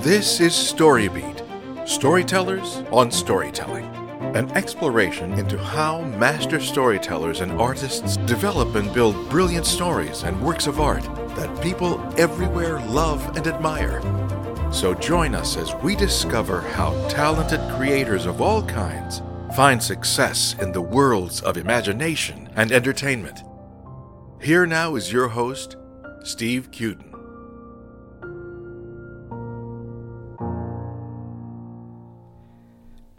This is Storybeat Storytellers on Storytelling, an exploration into how master storytellers and artists develop and build brilliant stories and works of art that people everywhere love and admire. So join us as we discover how talented creators of all kinds find success in the worlds of imagination and entertainment. Here now is your host, Steve Cuden.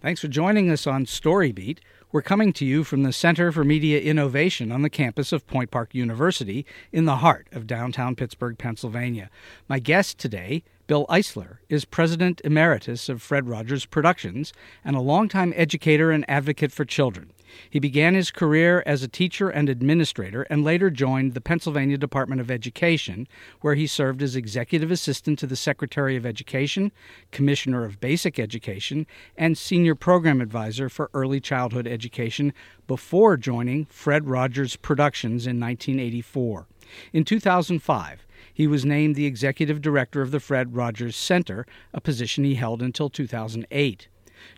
Thanks for joining us on Storybeat. We're coming to you from the Center for Media Innovation on the campus of Point Park University in the heart of downtown Pittsburgh, Pennsylvania. My guest today, Bill Eisler, is president emeritus of Fred Rogers Productions and a longtime educator and advocate for children. He began his career as a teacher and administrator and later joined the Pennsylvania Department of Education, where he served as executive assistant to the Secretary of Education, Commissioner of Basic Education, and senior program advisor for early childhood education before joining Fred Rogers Productions in 1984. In 2005, he was named the executive director of the Fred Rogers Center, a position he held until 2008.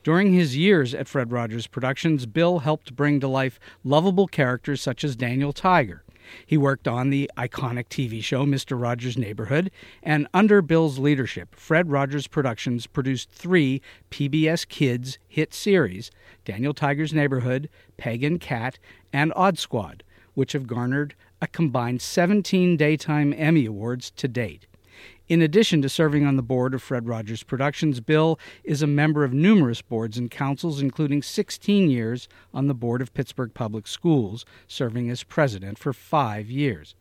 During his years at Fred Rogers Productions, Bill helped bring to life lovable characters such as Daniel Tiger. He worked on the iconic TV show Mr. Rogers' Neighborhood, and under Bill's leadership, Fred Rogers Productions produced three PBS Kids hit series Daniel Tiger's Neighborhood, Peg and Cat, and Odd Squad, which have garnered a combined 17 Daytime Emmy Awards to date. In addition to serving on the board of Fred Rogers Productions, Bill is a member of numerous boards and councils, including 16 years on the board of Pittsburgh Public Schools, serving as president for five years.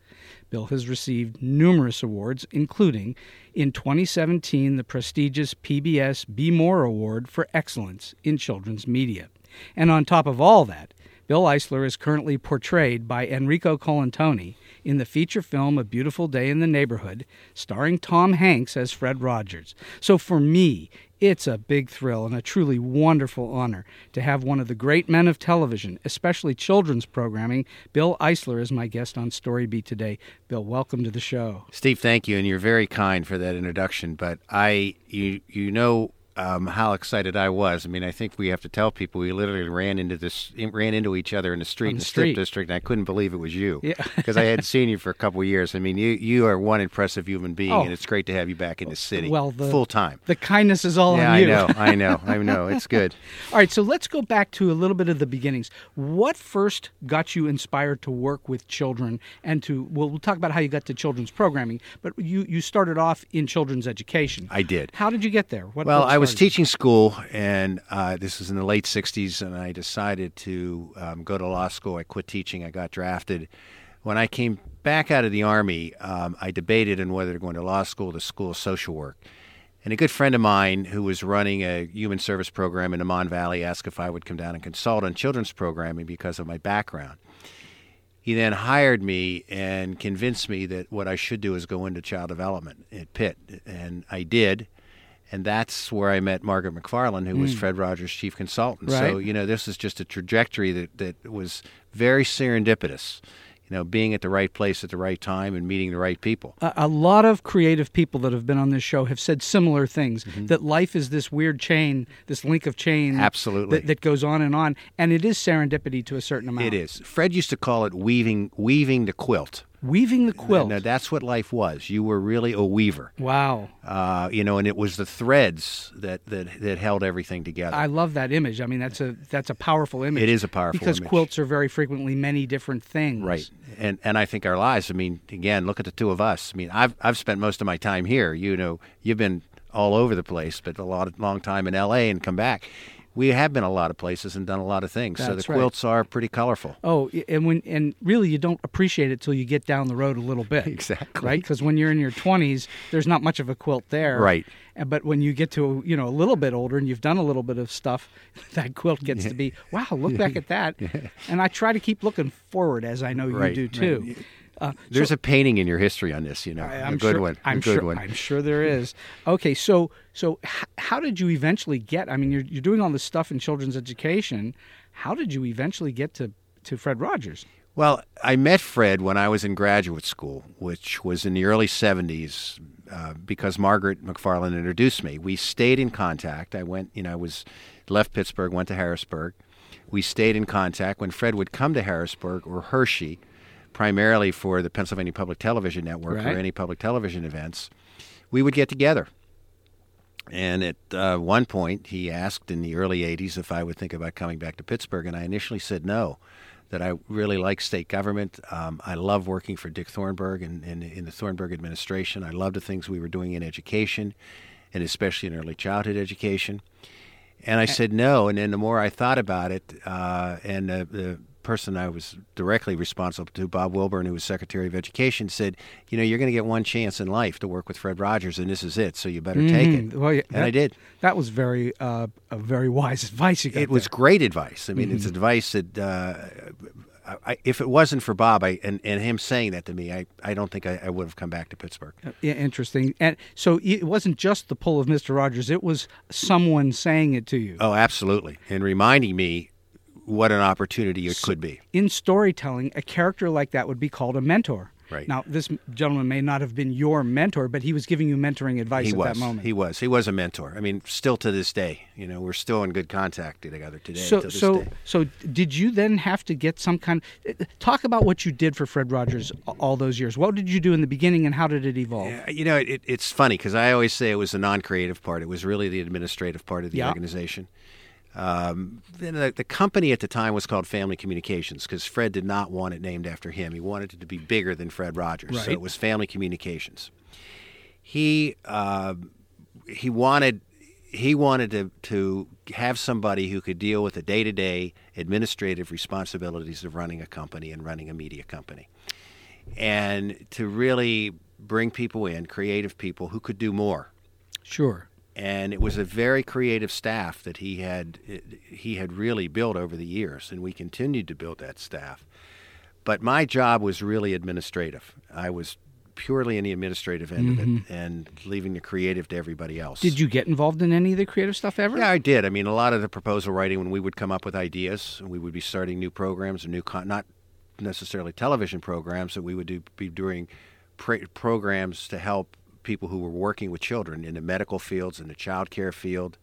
Bill has received numerous awards, including in 2017 the prestigious PBS Be More Award for Excellence in Children's Media. And on top of all that, Bill Eisler is currently portrayed by Enrico Colantoni in the feature film A Beautiful Day in the Neighborhood, starring Tom Hanks as Fred Rogers. So for me, it's a big thrill and a truly wonderful honor to have one of the great men of television, especially children's programming. Bill Eisler is my guest on Storybeat today. Bill, welcome to the show. Steve, thank you, and you're very kind for that introduction. But I, you, you know, um, how excited I was. I mean, I think we have to tell people we literally ran into this, ran into each other in the street On in the the strip street. district, and I couldn't believe it was you Yeah. because I had seen you for a couple of years. I mean, you you are one impressive human being, Oh. and it's great to have you back in the city, Well, the- full time. The kindness is all Yeah, on I you. know, I know, I know. It's good. All right, so let's go back to a little bit of the beginnings. What first got you inspired to work with children and to well, we'll talk about how you got to children's programming, but you you started off in children's education. I did. How did you get there? What Well, what I started was teaching school, and uh, this was in the late '60s, and I decided to um, go to law school. I quit teaching. I got drafted. When I came back out of the army, um, I debated on whether to go into law school or the school of social work. And a good friend of mine who was running a human service program in the Mon Valley asked if I would come down and consult on children's programming because of my background. He then hired me and convinced me that what I should do is go into child development at Pitt. And I did. And that's where I met Margaret McFarland, who was Fred Rogers' chief consultant. So, Hmm. Right. you know, this is just a trajectory that, that was very serendipitous, you know, being at the right place at the right time and meeting the right people. a, a lot of creative people that have been on this show have said similar things Mm-hmm. that life is this weird chain, this link of chain Absolutely. that, that goes on and on, and it is serendipity to a certain amount. It is. Fred used to call it weaving weaving the quilt. Weaving the quilt. Now, that's what life was. You were really a weaver. wow. Uh, you know, and it was the threads that, that, that held everything together. I love that image. I mean, that's a that's a powerful image. It is a powerful because image. quilts are very frequently many different things. Right. And and I think our lives, I mean, again, look at the two of us. I mean, I've I've spent most of my time here. You know, you've been all over the place, but a lot of long time in LA and come back. We have been a lot of places and done a lot of things. so the That's right. quilts are pretty colorful. Oh, y- and when and really you don't appreciate it till you get down the road a little bit. Exactly. Right. Because when you're in your 20s, there's not much of a quilt there. Right. And- But when you get to you know a little bit older and you've done a little bit of stuff, that quilt gets to be wow. Look back at that. And I try to keep looking forward as I know Right, you do right. too. Uh, There's a painting in your history on this, you know. I- a I'm good sure, one. a I'm good sure. one. I'm sure there is. Okay, so so h- how did you eventually get? I mean, you're you're doing all this stuff in children's education. How did you eventually get to to Fred Rogers? Well, I met Fred when I was in graduate school, which was in the early 70s, uh, because Margaret McFarland introduced me. We stayed in contact. I went, you know, I was left Pittsburgh, went to Harrisburg. We stayed in contact. When Fred would come to Harrisburg or Hershey, primarily for the Pennsylvania Public Television Network Right. or any public television events, we would get together. And at uh, one point, he asked in the early 80s if I would think about coming back to Pittsburgh. And I initially said no, that I really like state government. Um, I love working for Dick Thornburg and, and in the Thornburg administration. I love the things we were doing in education and especially in early childhood education. And I said no. And then the more I thought about it, uh, and the, the person I was directly responsible to, Bob Wilburn, who was Secretary of Education, said, You know, you're going to get one chance in life to work with Fred Rogers, and this is it. So you better take it. Hmm, Well, yeah, And I that- did. That was very, uh, a very wise advice you got. It was great advice. I mean, Mm-hmm. it's advice that uh, I, I- if it wasn't for Bob I, and, and him saying that to me, I, I don't think I, I would have come back to Pittsburgh. there. Yeah, interesting. And so it wasn't just the pull of Mr. Rogers; it was someone saying it to you. Oh, absolutely. And reminding me what an opportunity it could be. in storytelling, a character like that would be called a mentor. Right. Now, this gentleman may not have been your mentor, but he was giving you mentoring advice He at was. that moment. He was. He was a mentor. I mean, still to this day, you know, we're still in good contact together today. so, to this so, day. so, did you then have to get some kind? Talk about what you did for Fred Rogers a- all those years. What did you do in the beginning, and how did it evolve? Uh, You know, it, it's funny because I always say it was the non-creative part. It was really the administrative part of the Yeah. organization. Um, then the, the company at the time was called Family Communications because Fred did not want it named after him. He wanted it to be bigger than Fred Rogers, so Right. it was Family Communications. He uh, he wanted he wanted to to have somebody who could deal with the day to day administrative responsibilities of running a company and running a media company and to really bring people in, creative people who could do more. Sure. And it was a very creative staff that he had he had really built over the years, and we continued to build that staff. But my job was really administrative. I was purely in the administrative end of it, and leaving the creative to everybody else. Did you get involved in any of the creative stuff ever? Yeah, I did. I mean, a lot of the proposal writing when we would come up with ideas, we would be starting new programs and new con- not necessarily television programs that we would do, be doing pr- programs to help people who were working with children in the medical fields, in the child care field,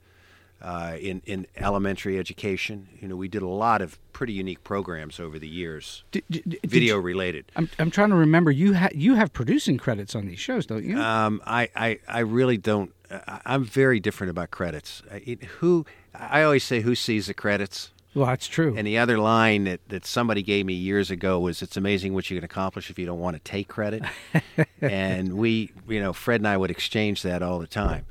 uh, in in elementary education. You know, we did a lot of pretty unique programs over the years, Did- did- did you- video related. I'm, I'm trying to remember. You ha- you have producing credits on these shows, don't you? Um, I, I, I really don't. I, I'm very different about credits. I, it, who I always say, who sees the credits? well, that's true. And the other line that, that somebody gave me years ago was, "It's amazing what you can accomplish if you don't want to take credit." and we, you know, Fred and I would exchange that all the time.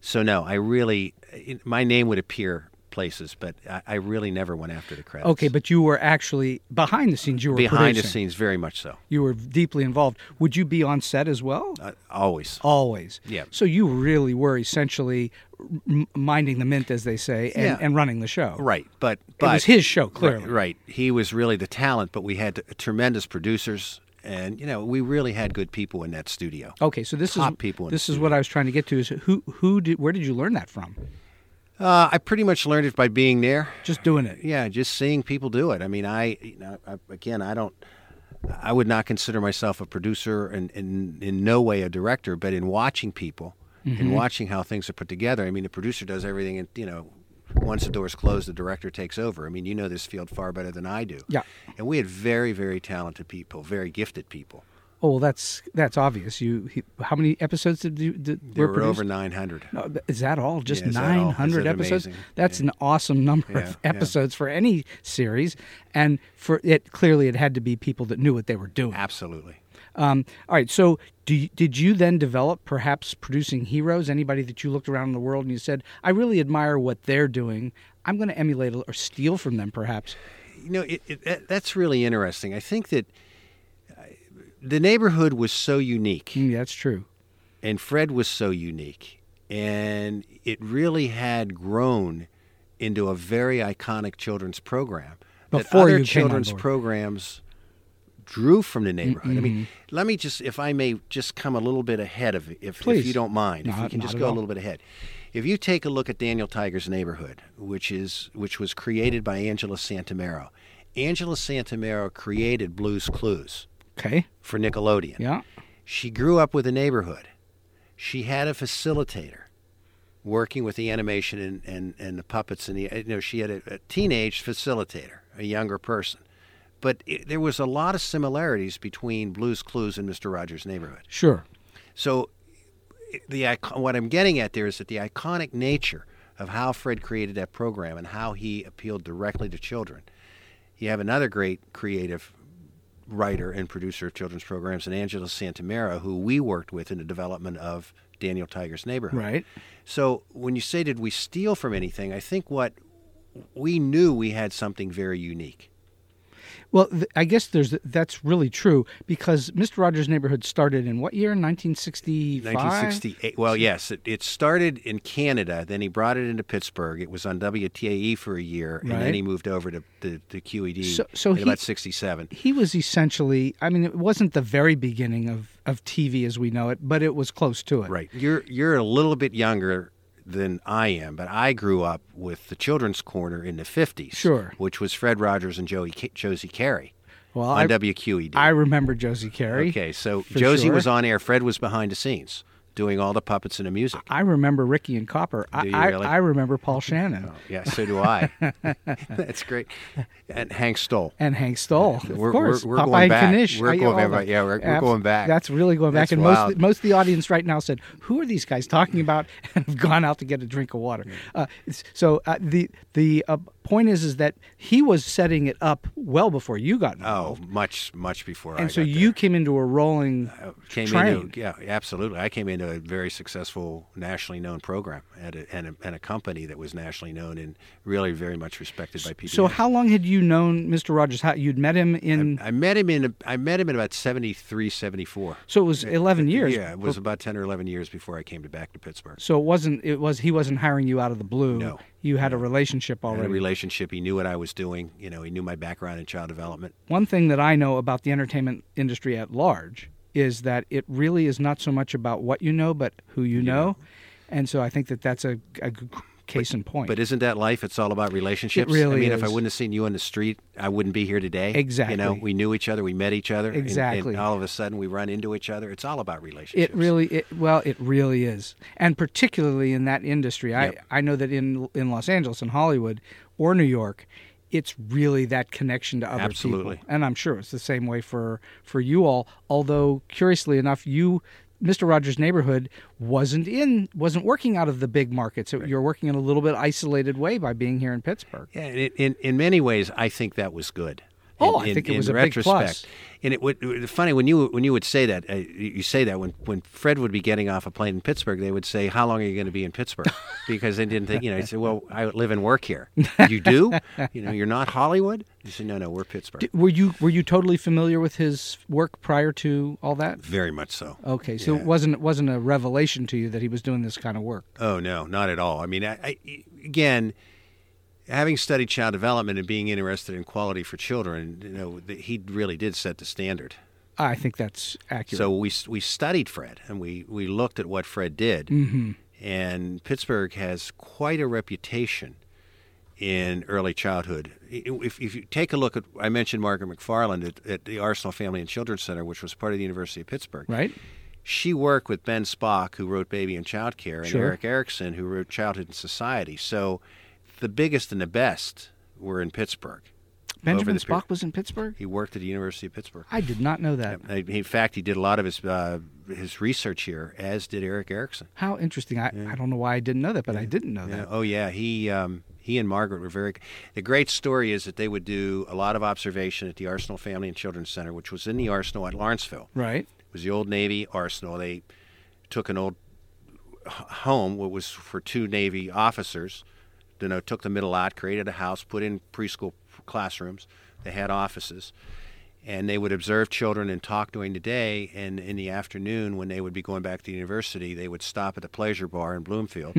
So no, I really, it, my name would appear places, but I, I really never went after the credits. okay, but you were actually behind the scenes. You were behind the producing. scenes, very much so, You were deeply involved. Would you be on set as well? uh, always. Always. Yeah. So you really were essentially m- minding the mint, as they say, and, Yeah. and running the show. Right, but It but was his show, Right, clearly. Right, He was really the talent, but we had tremendous producers, and you know, we really had good people in that studio. Okay, so this is Top people in this the is what I was trying to get to is who who did where did you learn that from? Uh, I pretty much learned it by being there. Just doing it. Yeah, just seeing people do it. I mean, I, you know, I again, I don't, I would not consider myself a producer and in, in no way a director, but in watching people Mm-hmm. and watching how things are put together. I mean, the producer does everything, and you know, once the door's closed, the director takes over. I mean, you know this field far better than I do. Yeah. And we had very, very talented people, very gifted people. Oh, well, that's that's obvious. You he, how many episodes did you did, There were produced? over 900. No, th- is that all? Just Yeah, is that all? Is 900 that episodes? amazing? That's an awesome number Yeah, of yeah. episodes for any series, and for it clearly it had to be people that knew what they were doing. Absolutely. Um, all right. So, do you, did you then develop perhaps producing heroes? Anybody that you looked around in the world and you said, "I really admire what they're doing. I'm going to emulate or steal from them." Perhaps. you know, it, it, that, that's really interesting. I think that uh, the neighborhood was so unique, Mm, that's true. and Fred was so unique, and it really had grown into a very iconic children's program. Before that you other came on children's board. programs drew from the neighborhood. I mean, Mm-hmm. let me just, if I may, just come a little bit ahead of, if, if Please. you don't mind, if we Not- can not just at go a all. little bit ahead. If you take a look at Daniel Tiger's Neighborhood, which is which was created by Angela Santomero, Angela Santomero created Blues Clues Okay. for Nickelodeon. Yeah. She grew up with a neighborhood. She had a facilitator working with the animation and, and, and the puppets and the you know she had a, a teenage facilitator, a younger person. But it, there was a lot of similarities between Blue's Clues and Mr. Rogers' Neighborhood. Sure. So the ic- what I'm getting at there is that the iconic nature of how Fred created that program and how he appealed directly to children. You have another great creative writer and producer of children's programs, and Angela Santamera, who we worked with in the development of Daniel Tiger's Neighborhood. Right. So when you say, did we steal from anything? I think what we knew we had something very unique. Well, th- I guess there's that's really true because Mr. Rogers' Neighborhood started in what year? 1965. 1968. Well, yes, it, it started in Canada. Then he brought it into Pittsburgh. It was on WTAE for a year, and Right. then he moved over to the to QED So- so in he- about 67. He was essentially. I mean, it wasn't the very beginning of of TV as we know it, but it was close to it. Right. You're you're a little bit younger than I am, but I grew up with the Children's Corner in the 50s, Sure. which was Fred Rogers and Joey Ca- Josie Carey Well, on I, WQED. I remember Josie Carey. okay, so for Josie sure. was on air. Fred was behind the scenes doing all the puppets and the music. I remember Ricky and Copper. I, Do you I, really? Oh. I remember Paul Shannon Yeah, so do I. That's great. And Hank Stoll. and Hank Stoll. Of We're- course, we're- we're Popeye going and back. Kanish. We're I- going all that. back. Yeah, we're- we're going back. That's really going back. That's and most wild. most of the audience right now said, "Who are these guys talking about?" and have gone out to get a drink of water. Uh, it's- so uh, the the uh, point is is that he was setting it up well before you got Oh, involved, much, much before I and so got you came into a rolling. there. I came trained. into yeah, absolutely. I came into a very successful, nationally known program at a, and, a, and a company that was nationally known and really very much respected by E. people. so how long had you known Mr. Rogers? How you'd met him in? I met him in I met him in about 73, 74. so it was eleven years. Yeah, it was about ten or eleven years before I came to back to Pittsburgh. So it wasn't. It was he wasn't hiring you out of the blue. No. you had a relationship I had a already. relationship. He knew what I was doing. You know, he knew my background in child development. One thing that I know about the entertainment industry at large is that it really is not so much about what you know, but who you know. And so I think that that's a, a g- case in point. But isn't that life? It's all about relationships. really I mean, if I is. wouldn't have seen you on the street, I wouldn't be here today. Exactly. You know, we knew each other, we met each other, and- and Exactly. all of a sudden, we run into each other. It's all about relationships. it really, it, well, it really is, and particularly in that industry. Yep. I I know that in in Los Angeles and Hollywood or New York, it's really that connection to other Absolutely. people. And I'm sure it's the same way for for you all. Although curiously enough, you. Mr. Rogers' neighborhood wasn't in, wasn't working out of the big markets. So You're working in a little bit isolated way by being here in Pittsburgh. Yeah, and it- in in many ways, I think that was good. Oh, in, I in- think it in was a big retrospect. plus. And it would it would- funny when you when you would say that uh, you you say that when when Fred would be getting off a plane in Pittsburgh, they would say, "How long are you going to be in Pittsburgh?" Because they didn't think you know. He said, "Well, I live and work here." You do? You know, you're not Hollywood. He said, "No, no, we're Pittsburgh." D- Were you were you totally familiar with his work prior to all that? Very much so. Okay, so it wasn't it wasn't a revelation to you that he was doing this kind of work. Oh no, not at all. I mean, I, I, again, having studied child development and being interested in quality for children, you know, th- he really did set the standard. I think that's accurate. So we we studied Fred and we we looked at what Fred did, and Pittsburgh has quite a reputation in early childhood. If, if you take a look at, I mentioned Margaret McFarland at, at the Arsenal Family and Children's Center, which was part of the University of Pittsburgh. right? she worked with Ben Spock, who wrote Baby and Child Care, and Sure. Eric Erickson, who wrote Childhood and Society. So the biggest and the best were in Pittsburgh. Benjamin the Spock period. was in Pittsburgh. He worked at the University of Pittsburgh. I did not know that. Uh, In fact, he did a lot of his uh, his research here, as did Eric Erickson. How interesting! I, I don't know why I didn't know that, but I didn't know Yeah. that. Oh yeah, he um, he and Margaret were very. The great story is that they would do a lot of observation at the Arsenal Family and Children's Center, which was in the Arsenal at Lawrenceville. Right? It was the old Navy arsenal. They took an old h- home, what was for two Navy officers. You know, took the middle lot, created a house, put in preschool classrooms. They had offices, and they would observe children and talk during the day. And in the afternoon, when they would be going back to university, they would stop at the pleasure bar in Bloomfield.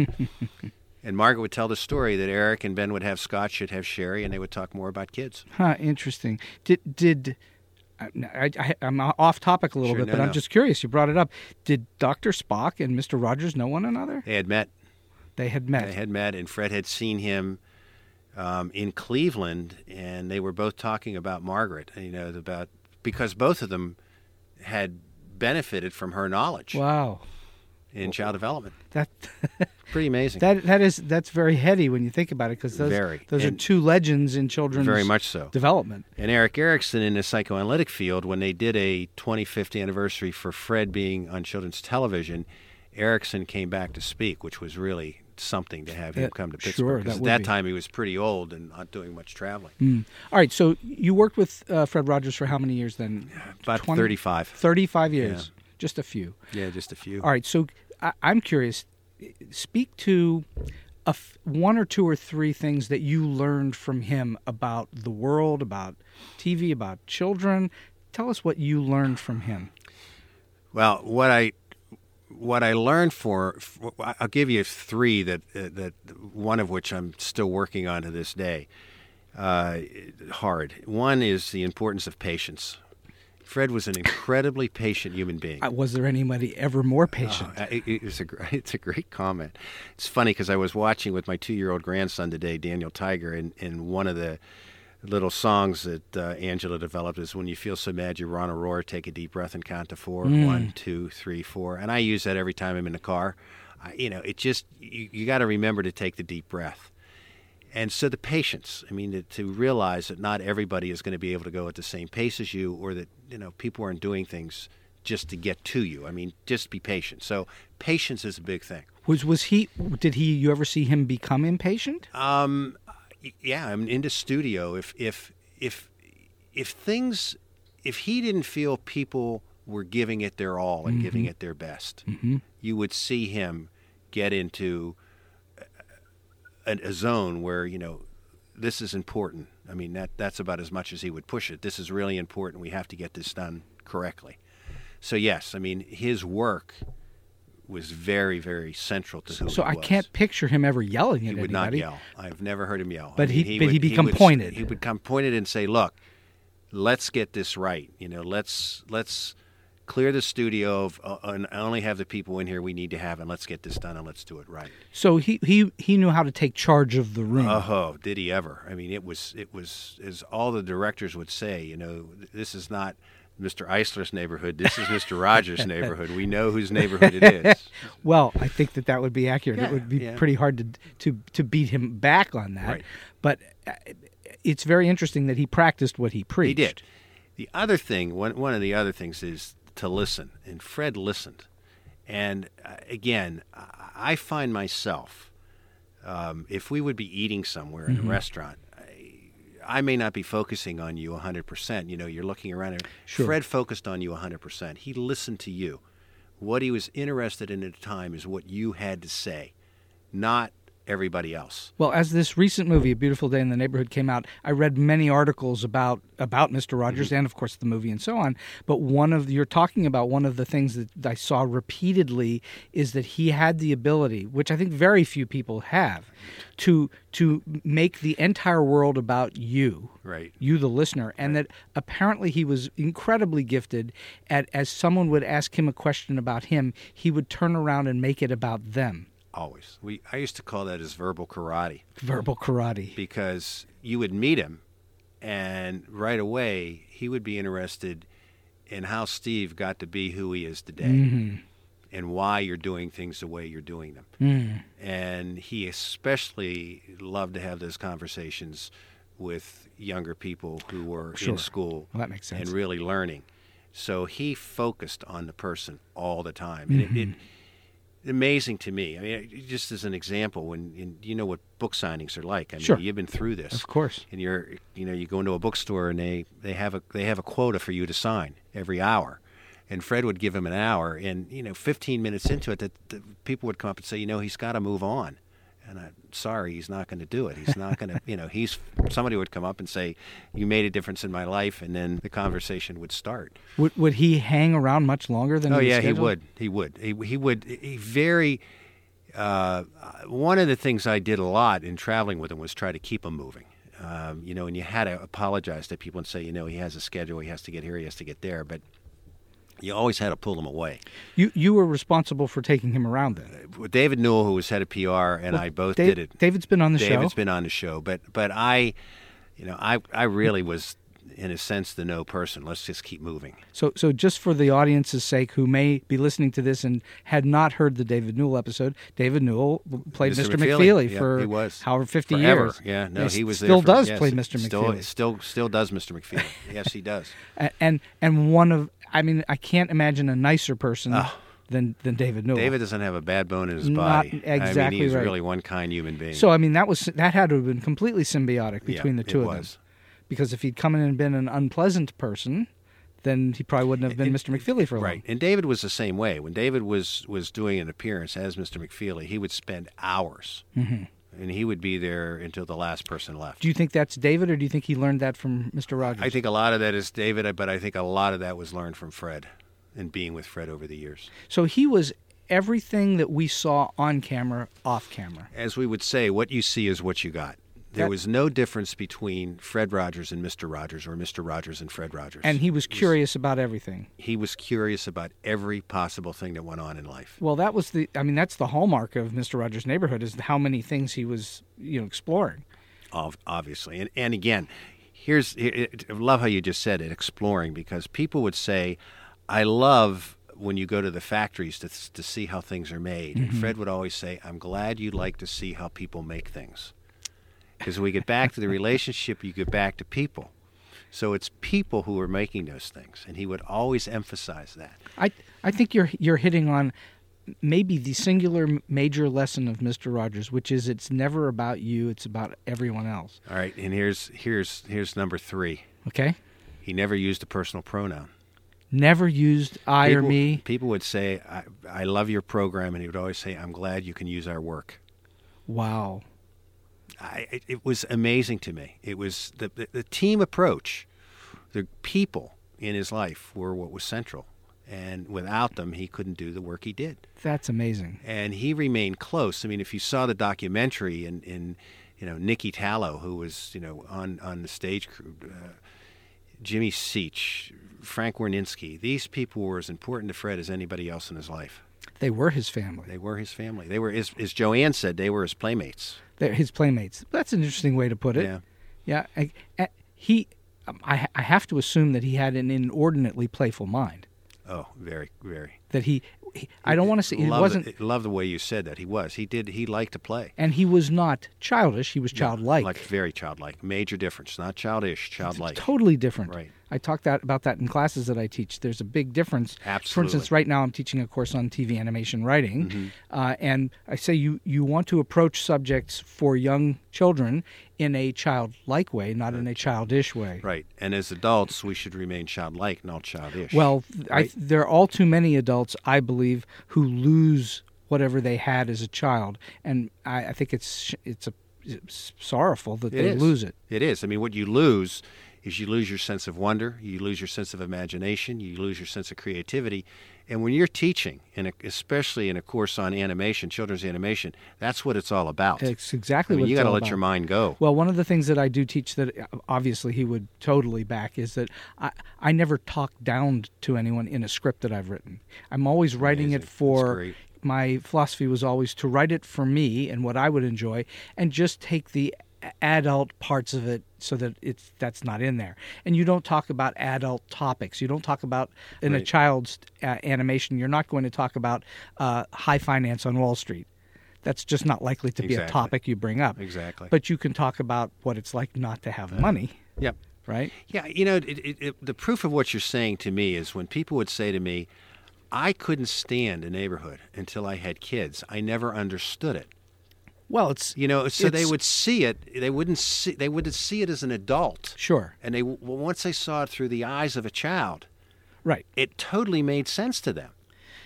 and Margaret would tell the story that Eric and Ben would have scotch, you'd have sherry, and they would talk more about kids. Huh? Interesting. Did did I, I, I'm off topic a little Sure, bit, no, but I'm no. just curious. You brought it up. Did Doctor Spock and Mister Rogers know one another? They had met They had met. I had met, and Fred had seen him um, in Cleveland, and they were both talking about Margaret. You know about because both of them had benefited from her knowledge Wow. in child development. That Pretty amazing. that that is that's very heady when you think about it because those Very. those are And- two legends in children's Very much so. development. And Eric Erickson in the psychoanalytic field, when they did a 25th anniversary for Fred being on children's television, Erickson came back to speak, which was really something to have him That- come to sure, Pittsburgh. that Because would at that be. Mm, time he was pretty old and not doing much traveling. Hmm. All right, so you worked with uh, Fred Rogers for how many years then? About 20 35. 35 years. Just a few. Yeah, just a few. All right, so I, I'm curious. Speak to a f- one or two or three things that you learned from him about the world, about TV, about children. Tell us what you learned from him. Well, what I what I learned for I'll give you three that that one of which I'm still working on to this day. Uh, hard. One is the importance of patience. Fred was an incredibly patient human being. Uh, Was there anybody ever more patient? Uh, it, it was a gr- it's a great comment. It's funny because I was watching with my two year old grandson today, Daniel Tiger, and, and one of the little songs that uh, Angela developed is "When you feel so mad, you run a roar, take a deep breath, and count to four. One, two, three, four. And I use that every time I'm in the car. I, you know, it just you, you got to remember to take the deep breath. And so the patience, I mean, to, to realize that not everybody is going to be able to go at the same pace as you, or that, you know, people aren't doing things just to get to you. I mean, just be patient. So patience is a big thing. was was he? Did he? You ever see him become impatient? Um, y- yeah, I'm into studio. If, if, if, if things, if he didn't feel people were giving it their all and Mm-hmm. giving it their best, you would see him get into a, a zone where you know this is important. I mean that that's about as much as he would push it. This is really important. We have to get this done correctly. So yes, I mean his work was very very central to who so he I was. can't picture him ever yelling He at would anybody. not yell. I've never heard him yell. But he- but he become would, s- pointed. He would come pointed and say, "Look, let's get this right. You know, let's let's clear the studio of uh, and only have the people in here we need to have, and let's get this done and let's do it right." So he he he knew how to take charge of the room. Oh, did he ever? I mean, it was it was as all the directors would say. You know, this is not. Mr. Eisler's neighborhood. This is Mr. Rogers' neighborhood. We know whose neighborhood it is. Well, I think that that would be accurate. it Yeah, would be yeah. pretty hard to to to beat him back on that. Right. But uh, it's very interesting that he practiced what he He preached. did. The other thing, one, one of the other things is to listen, and Fred listened. And uh, again, I I find myself, um, if we would be eating somewhere in a restaurant, I, I may not be focusing on you 100%. You know, you're looking around. And Sure. Fred focused on you 100%. He listened to you. What he was interested in at the time is what you had to say, not everybody else. Well, as this recent movie, A Beautiful Day in the Neighborhood, came out, I read many articles about about Mr. Rogers Mm-hmm. and, of course, the movie and so on. But one of you're talking about one of the things that I saw repeatedly is that he had the ability, which I think very few people have, to to make the entire world about you. Right. you the listener and that apparently he was incredibly gifted at as someone would ask him a question about him he would turn around and make it about them Always. We, I used to call that as verbal karate. verbal karate because you would meet him and right away he would be interested in how Steve got to be who he is today Mm-hmm. and why you're doing things the way you're doing them. Mm-hmm. And he especially loved to have those conversations with younger people who were in school Well, that makes sense. and really learning. So he focused on the person all the time. And it, it Mm-hmm. amazing to me. I mean, it- just as an example, when in, you know what book signings are like. I mean, Sure. you've been through this, of course and you're you know you go into a bookstore and they they have a they have a quota for you to sign every hour, and Fred would give him an hour, and you know, 15 minutes into it, that the people would come up and say, you know, he's got to move on. And I'm sorry, he's not going to do it. He's not going to, you know, he's somebody would come up and say, "You made a difference in my life," and then the conversation would start. would, would he hang around much longer than Oh was yeah, he scheduled? would. He would. He, he would. He very. Uh, one of the things I did a lot in traveling with him was try to keep him moving. Um, you know, and you had to apologize to people and say, you know, he has a schedule. He has to get here. He has to get there. But you always had to pull them away. You you were responsible for taking him around then. Well, David Newell, who was head of PR, and I both Dave- did it. David's been on the David's show. been on the show, but but I, you know, I I really was in a sense the no person. Let's just keep moving. So so just for the audience's sake, who may be listening to this and had not heard the David Newell episode, David Newell played Mr. Mr. McFeely, McFeely. Yeah, for he was. however fifty Forever. years. Yeah, no, And he was there still for- does yes, play Mr. Still, McFeely. still, still does Mr. McFeely. yes, he does. A- and and one of I mean I can't imagine a nicer person than than David Newell. Ah. David doesn't have a bad bone in his Not body. I mean, exactly he's right. really one kind human being. So I mean that was that had to have been completely symbiotic Yeah, between the two it of was. them, because if he'd come in and been an unpleasant person, then he probably wouldn't have been Mr. McFeely for long. Right, and David was the same way. When David was was doing an appearance as Mr. McFeely, he would spend hours, and he would be there until the last person left. Mm-hmm. Do you think that's David, or do you think he learned that from Mr. Rogers? I think a lot of that is David, but I think a lot of that was learned from Fred and being with Fred over the years. so he was everything that we saw on camera, off camera. As we would say, what you see is what you got. There That- was no difference between Fred Rogers and Mr. Rogers or Mr. Rogers and Fred Rogers. And he was curious about everything. he was curious about every possible thing that went on in life. Well, that was the I mean that's the hallmark of Mr. Rogers' neighborhood is how many things he was, you know, exploring. ob- obviously. And, and again, here's here- it- I love how you just said it, exploring, because people would say, I love when you go to the factories to, to see how things are made. And Fred would always say, I'm glad you like to see how people make things. Because we get back to the relationship, you get back to people. So it's people who are making those things. And he would always emphasize that. I I think you're you're hitting on maybe the singular major lesson of Mr. Rogers, which is it's never about you, it's about everyone else. All right, and here's here's here's number three. Okay? He never used a personal pronoun. Never used I people, or me. People would say, I, I love your program. And he would always say, I'm glad you can use our work. Wow. I, it, it was amazing to me. It was the, the, the team approach, the people in his life were what was central. And without them, he couldn't do the work he did. That's amazing. And he remained close. I mean, if you saw the documentary and, and you know, Nikki Tallow, who was, you know, on, on the stage crew, uh, Jimmy Seach, Frank Werninski, these people were as important to Fred as anybody else in his life. They were his family. They were his family. They were, as, as Joanne said, they were his playmates. They're his playmates. That's an interesting way to put it. Yeah. Yeah. I, I- he, um, I, I have to assume that he had an inordinately playful mind. Oh, very, very. That he, he I don't want to say it Love the- wasn't, love the way you said that. He was. He did. He liked to play. and he was not childish. He was childlike. Like very childlike. Major difference. Not childish. Childlike. totally different. Right. I talk that about that in classes that I teach. There's a big difference. For instance, Absolutely. Mm-hmm. right now I'm teaching a course on TV animation writing, uh, and I say you you want to approach subjects for young children in a childlike way, not in a childish way. Right. And as adults, we should remain childlike, not childish. Well, th I, there are all too many adults, I believe, who lose whatever they had as a child, and I, I think it's sh- it's a it's sorrowful that It they is. lose it. It is. I mean, what you lose is you lose your sense of wonder, you lose your sense of imagination, you lose your sense of creativity. And when you're teaching, and e, especially in a course on animation, children's animation, that's what it's all about. It's I exactly mean, what you got to to let your mind go. Well, one of the things that I do teach that uh, obviously he would totally back is that I, I never talk down to anyone in a script that I've written. I'm always writing it That's for. great. My philosophy was always to write it for me and what I would enjoy, and just take the a- adult parts of it so that it's that's not in there. And you don't talk about adult topics. You don't talk about in a child's uh, animation. You're not going to talk about uh, high finance on Wall Street. That's just not likely to be a Exactly. topic you bring up Exactly. but you can talk about what it's like not to have money, Yep. right? Yeah, you know, it, it, it, the proof of what you're saying to me is when people would say to me, I couldn't stand a neighborhood until I had kids. I never understood it. Well, it's You know, so they It's- would see it. They wouldn't see. They wouldn't see it as an adult. sure, And they well, once they saw it through the eyes of a child, right? it totally made sense to them.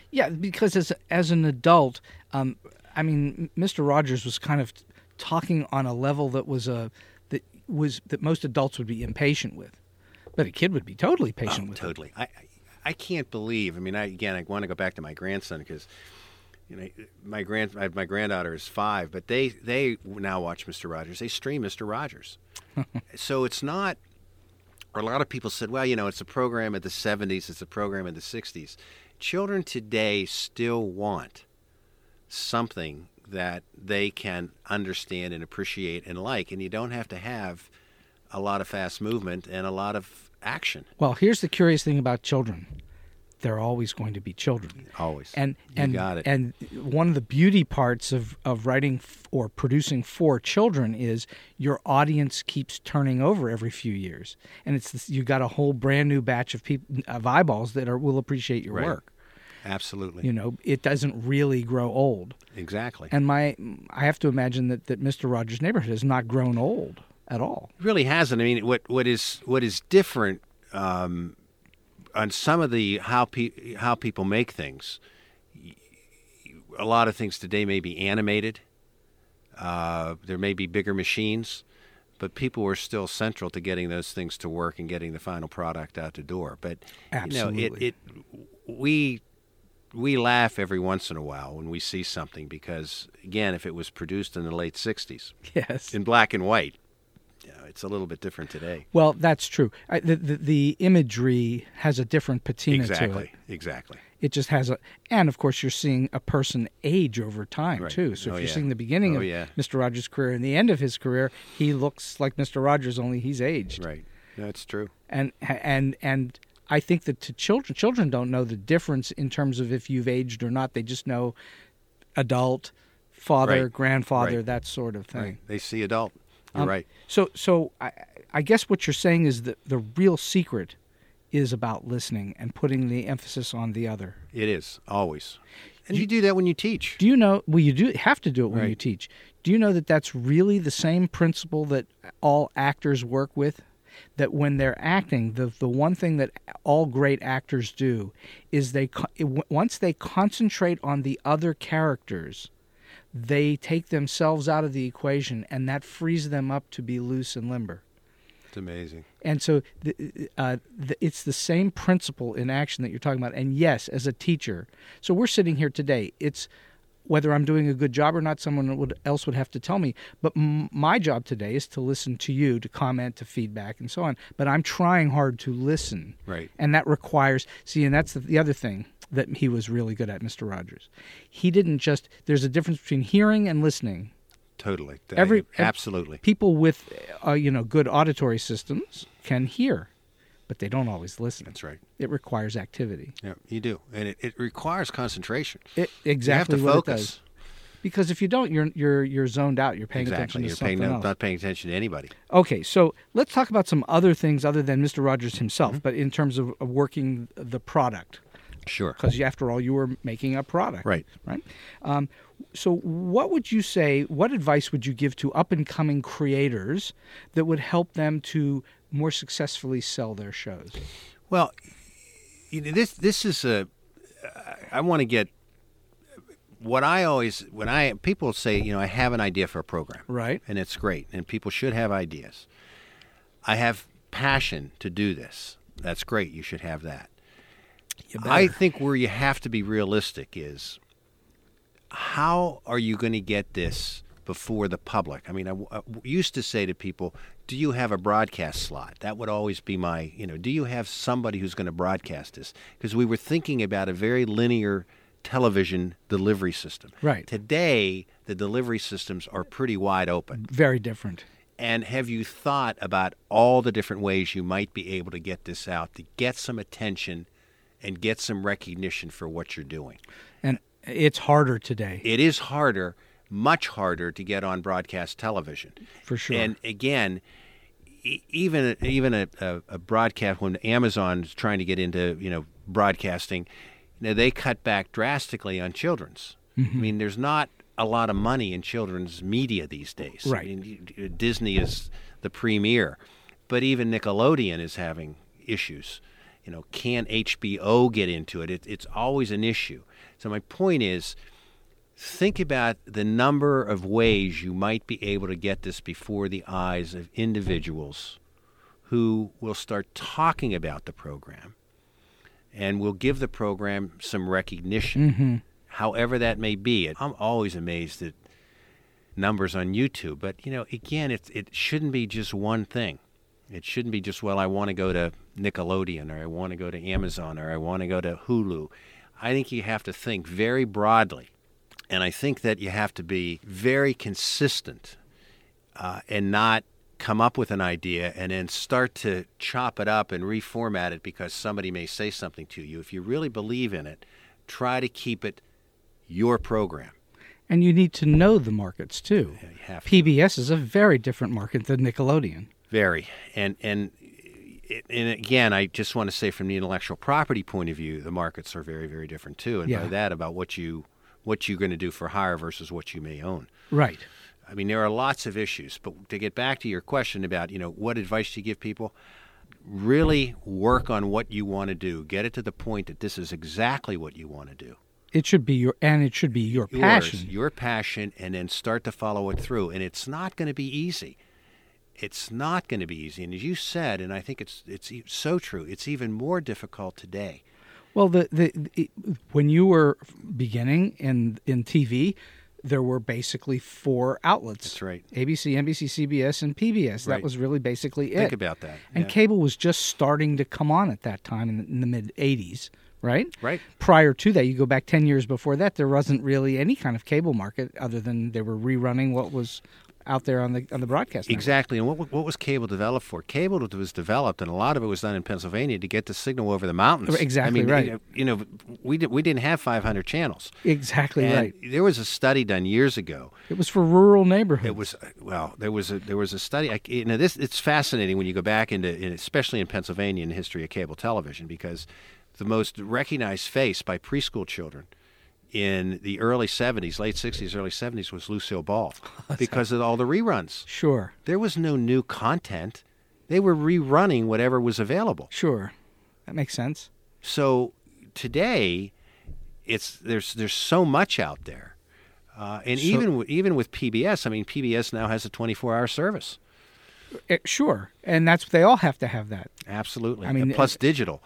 Yeah, because as as an adult, um, I mean, Mr. Rogers was kind of talking on a level that was a that was that most adults would be impatient with, but a kid would be totally patient Oh, with. it. Totally. I, I I can't believe. I mean, I again, I want to go back to my grandson because. You know, my grand my- my granddaughter is five, but they they now watch Mister Rogers. They stream Mister Rogers, so it's not a lot of people said, well, you know, it's a program of the 70s, it's a program of the 60s. Children today still want something that they can understand and appreciate and like, and you don't have to have a lot of fast movement and a lot of action. Well, here's the curious thing about children. They're always going to be children. Always. And You and got it. and one of the beauty parts of of writing f- or producing for children is your audience keeps turning over every few years. And it's this, you got a whole brand new batch of people of eyeballs that are will appreciate your Right. work. Absolutely. You know, it doesn't really grow old. Exactly. And my I have to imagine that that Mr. Rogers' neighborhood has not grown old at all. It really hasn't. I mean, what what is what is different um, on some of the how pe- how people make things? A lot of things today may be animated. Uh, there may be bigger machines, but people are still central to getting those things to work and getting the final product out the door. But you know, Absolutely. it, it we we laugh every once in a while when we see something because again, if it was produced in the late '60s Yes. in black and white. You know, it's a little bit different today. Well, that's true. I, the, the the imagery has a different patina to it. Exactly. Exactly. It just has a, and of course you're seeing a person age over time Right. too. So Oh, if you're yeah. seeing the beginning Oh, of yeah. Mr. Rogers' career and the end of his career, he looks like Mr. Rogers only he's aged. Right. That's true. And and and I think that to children children don't know the difference in terms of if you've aged or not. They just know adult, father, Right. grandfather, Right. that sort of thing. They see adult. You're Um, right. So, so I, I guess what you're saying is that the real secret is about listening and putting the emphasis on the other. It is always. And you, do that when you teach. Do you know? Well, you do have to do it when you Right. teach. Do you know that that's really the same principle that all actors work with? That when they're acting, the the one thing that all great actors do is they co- w- once they concentrate on the other characters, they take themselves out of the equation, and that frees them up to be loose and limber. It's amazing. And so the, uh, the, it's the same principle in action that you're talking about. And yes, as a teacher, so we're sitting here today. It's whether I'm doing a good job or not, someone would, else would have to tell me. But m- my job today is to listen to you, to comment, to feedback, and so on. But I'm trying hard to listen. Right. And that requires, see, and that's the, the other thing that he was really good at, Mr. Rogers. He didn't just, there's a difference between hearing and listening Totally. That- Every- ev- absolutely. people with uh, you know good auditory systems can hear but they don't always listen That's right. it requires activity Yeah, you do. And it, it requires concentration. it, You have exactly to what focus. it does because if you don't you're you're you're zoned out you're paying Exactly. attention to You're something paying no, else not paying attention to anybody. okay so let's talk about some other things other than mr rogers himself Mm-hmm. but in terms of, of working the product Sure. because after all you were making a product Right. right um, so what would you say what advice would you give to up and coming creators that would help them to more successfully sell their shows Well, you know, this this is a. I- I want to get what I always when I people say you know I have an idea for a program, Right. And it's great, and people should have ideas. I have passion to do this. That's great. You should have that. I think where you have to be realistic is how are you going to get this before the public? I mean, I, w- I w- used to say to people, do you have a broadcast slot? That would always be my, you know, do you have somebody who's going to broadcast this? Because we were thinking about a very linear television delivery system. Right. Today, the delivery systems are pretty wide open. very different And have you thought about all the different ways you might be able to get this out to get some attention and get some recognition for what you're doing? and it's harder today It is harder, much harder to get on broadcast television. For sure. And again, e- even even a, a, a broadcast when Amazon's trying to get into you know broadcasting, you know, they cut back drastically on children's. Mm-hmm. I mean, there's not a lot of money in children's media these days. I Right. mean, y- y- Disney is the premier, but even Nickelodeon is having issues. You know, can HBO get into it? it it's always an issue. So my point is think about the number of ways you might be able to get this before the eyes of individuals who will start talking about the program and will give the program some recognition, however that may be. I'm always amazed at numbers on YouTube, but you know, again, it, it shouldn't be just one thing. It shouldn't be just, well, I want to go to Nickelodeon or I want to go to Amazon or I want to go to Hulu. I think you have to think very broadly. And I think that you have to be very consistent uh, and not come up with an idea and then start to chop it up and reformat it because somebody may say something to you. If you really believe in it, try to keep it your program. And you need to know the markets too. You have to. PBS is a very different market than Nickelodeon. Very. And and it- and again, I just want to say from the intellectual property point of view, the markets are very very different too. And Yeah. by that, about what you what you're going to do for hire versus what you may own. Right. I mean, there are lots of issues. But to get back to your question about, you know, what advice do you give people? Really work on what you want to do. Get it to the point that this is exactly what you want to do. It should be your and it should be your Yours, passion. your passion, and then start to follow it through. And it's not going to be easy. It's not going to be easy. And as you said, and I think it's it's e- so true. It's even more difficult today. Well, the, the the when you were beginning in in TV, there were basically four outlets. That's right. ABC, NBC, CBS, and PBS. That Right. was really basically it. Think about that. And Yeah. cable was just starting to come on at that time in the, in the mid '80s, right? Right. Prior to that, you go back ten years before that, there wasn't really any kind of cable market other than they were rerunning what was out there on the on the broadcast. network. Exactly. And what, wa- what was cable developed for? Cable was developed, and a lot of it was done in Pennsylvania to get the signal over the mountains. Exactly I mean, right. You know, you know, we, did, we didn't have 500 channels. Exactly And right. There was a study done years ago. It was for rural neighborhoods. It was well. There was a there was a study. I, you know, this it's fascinating when you go back into, in- especially in Pennsylvania, in the history of cable television, because the most recognized face by preschool children in the early 70s, late 60s, early 70s was Lucille Ball because of all the reruns sure, there was no new content. They were rerunning whatever was available. sure, that makes sense. So today, it's there's there's so much out there, uh, and even w- even with PBS, I mean PBS now has a 24-hour service. Eh, sure, and that's they all have to have that. Absolutely, I mean, And plus digital.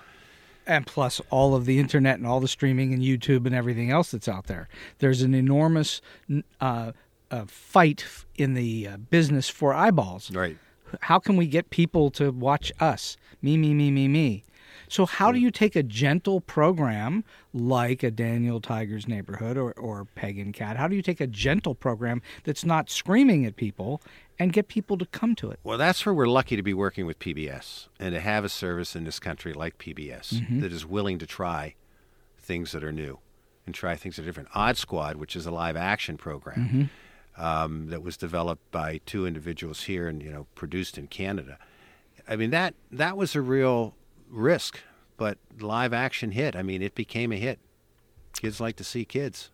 and plus all of the internet and all the streaming and YouTube and everything else that's out there. There's an enormous n- uh, uh, fight f- in the uh, business for eyeballs. Right. How can we get people to watch us? Me, me, me, me, me. So how do you take a gentle program like a Daniel Tiger's Neighborhood or, or Peg and Cat? How do you take a gentle program that's not screaming at people and get people to come to it? Well, that's where we're lucky to be working with PBS and to have a service in this country like PBS Mm-hmm. that is willing to try things that are new and try things that are different. Odd Squad, which is a live action program Mm-hmm. um, that was developed by two individuals here and you know produced in Canada. I mean that that was a real risk, but live action hit. I mean, it became a hit. Kids like to see kids.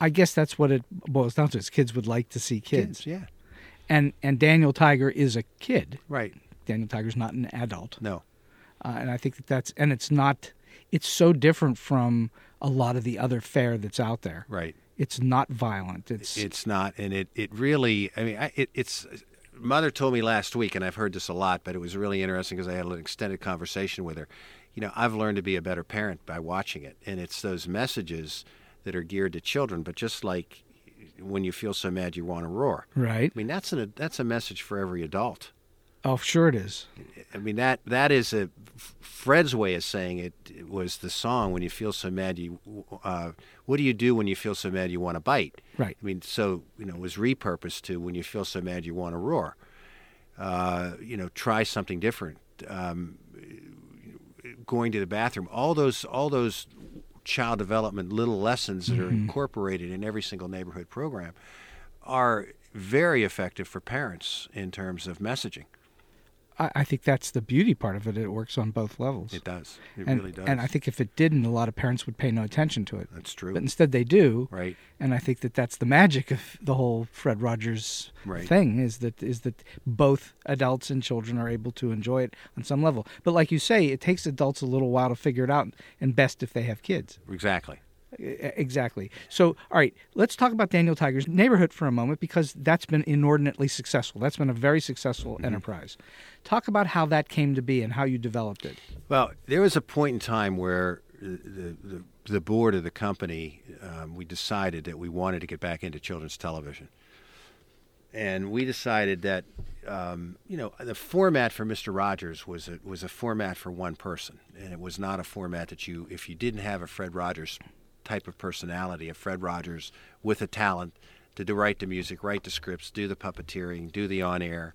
I guess that's what it boils down to is kids would like to see kids. yeah, and and Daniel Tiger is a kid. right. Daniel Tiger's not an adult, No, uh, and I think that that's and it's not. It's so different from a lot of the other fare that's out there. right. It's not violent. It's It's not, and it it really. I mean, I, it, it's. Mother told me last week, and I've heard this a lot, but it was really interesting because I had an extended conversation with her. You know, I've learned to be a better parent by watching it, and it's those messages that are geared to children. But just like when you feel so mad, you want to roar. right. I mean, that's an that's a message for every adult. Oh, sure it is. I mean that that is a Fred's way of saying it was the song when you feel so mad you uh, what do you do when you feel so mad you want to bite Right. I mean so you know it was repurposed to when you feel so mad you want to roar uh, you know try something different um, going to the bathroom all those all those child development little lessons that are Mm-hmm. incorporated in every single neighborhood program are very effective for parents in terms of messaging I, I think that's the beauty part of it. It works on both levels. it does it and, really does And I think if it didn't, a lot of parents would pay no attention to it. That's true. But instead, they do. Right. And I think that that's the magic of the whole Fred Rogers Right. thing is that is that both adults and children are able to enjoy it on some level. But like you say, it takes adults a little while to figure it out, and best if they have kids. Exactly. E- Exactly. So, all right, let's talk about Daniel Tiger's neighborhood for a moment because that's been inordinately successful. That's been a very successful Mm-hmm. enterprise. Talk about how that came to be and how you developed it. Well, there was a point in time where the the, the board of the company um, we decided that we wanted to get back into children's television, and we decided that um, you know the format for Mister Rogers was a, was a format for one person, and it was not a format that you if you didn't have a Fred Rogers type of personality, a Fred Rogers with a talent to do, write the music, write the scripts, do the puppeteering, do the on air.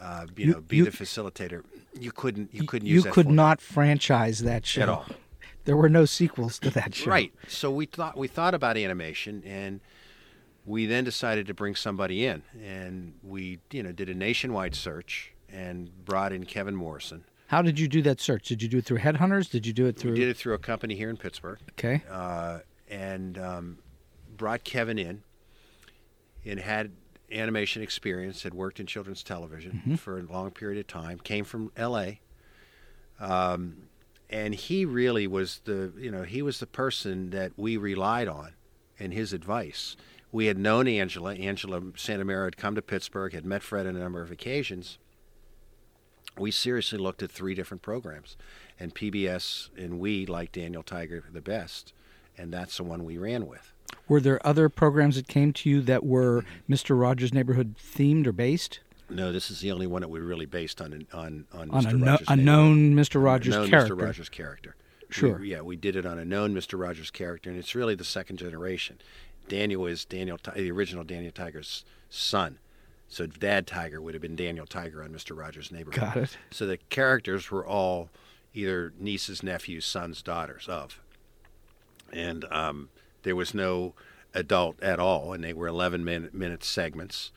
Uh, you, You- know, be you- the facilitator. You couldn't. You couldn't you use. that could format. not franchise that show At all. There were no sequels to that show. Right. So we thought we thought about animation, and we then decided to bring somebody in, and we you know did a nationwide search and brought in Kevin Morrison. How did you do that search? Did you do it through headhunters? Did you do it through? We did it through a company here in Pittsburgh, Okay. uh, and um, brought Kevin in, and had animation experience. Had worked in children's television for a long period of time. Came from L.A. and he really was the you know he was the person that we relied on and his advice we had known angela angela santamara had come to pittsburgh had met fred on a number of occasions we seriously looked at three different programs and pbs and we liked daniel tiger the best and that's the one we ran with Were there other programs that came to you that were Mr. Rogers' Neighborhood themed or based no this is the only one that we really based on on on, on Mr. a, kno- Rogers' a Neighborhood. known Mr. Rogers known character? Mr. Rogers character. We- Sure. yeah, we did it on a known Mr. Rogers character, and it's really the second generation. Daniel is Daniel, Ti- the original Daniel Tiger's son. So Dad Tiger would have been Daniel Tiger on Mr. Rogers' Neighborhood. Got it. So the characters were all either nieces, nephews, sons, daughters of, and um, there was no adult at all, and they were 11 minute, minute segments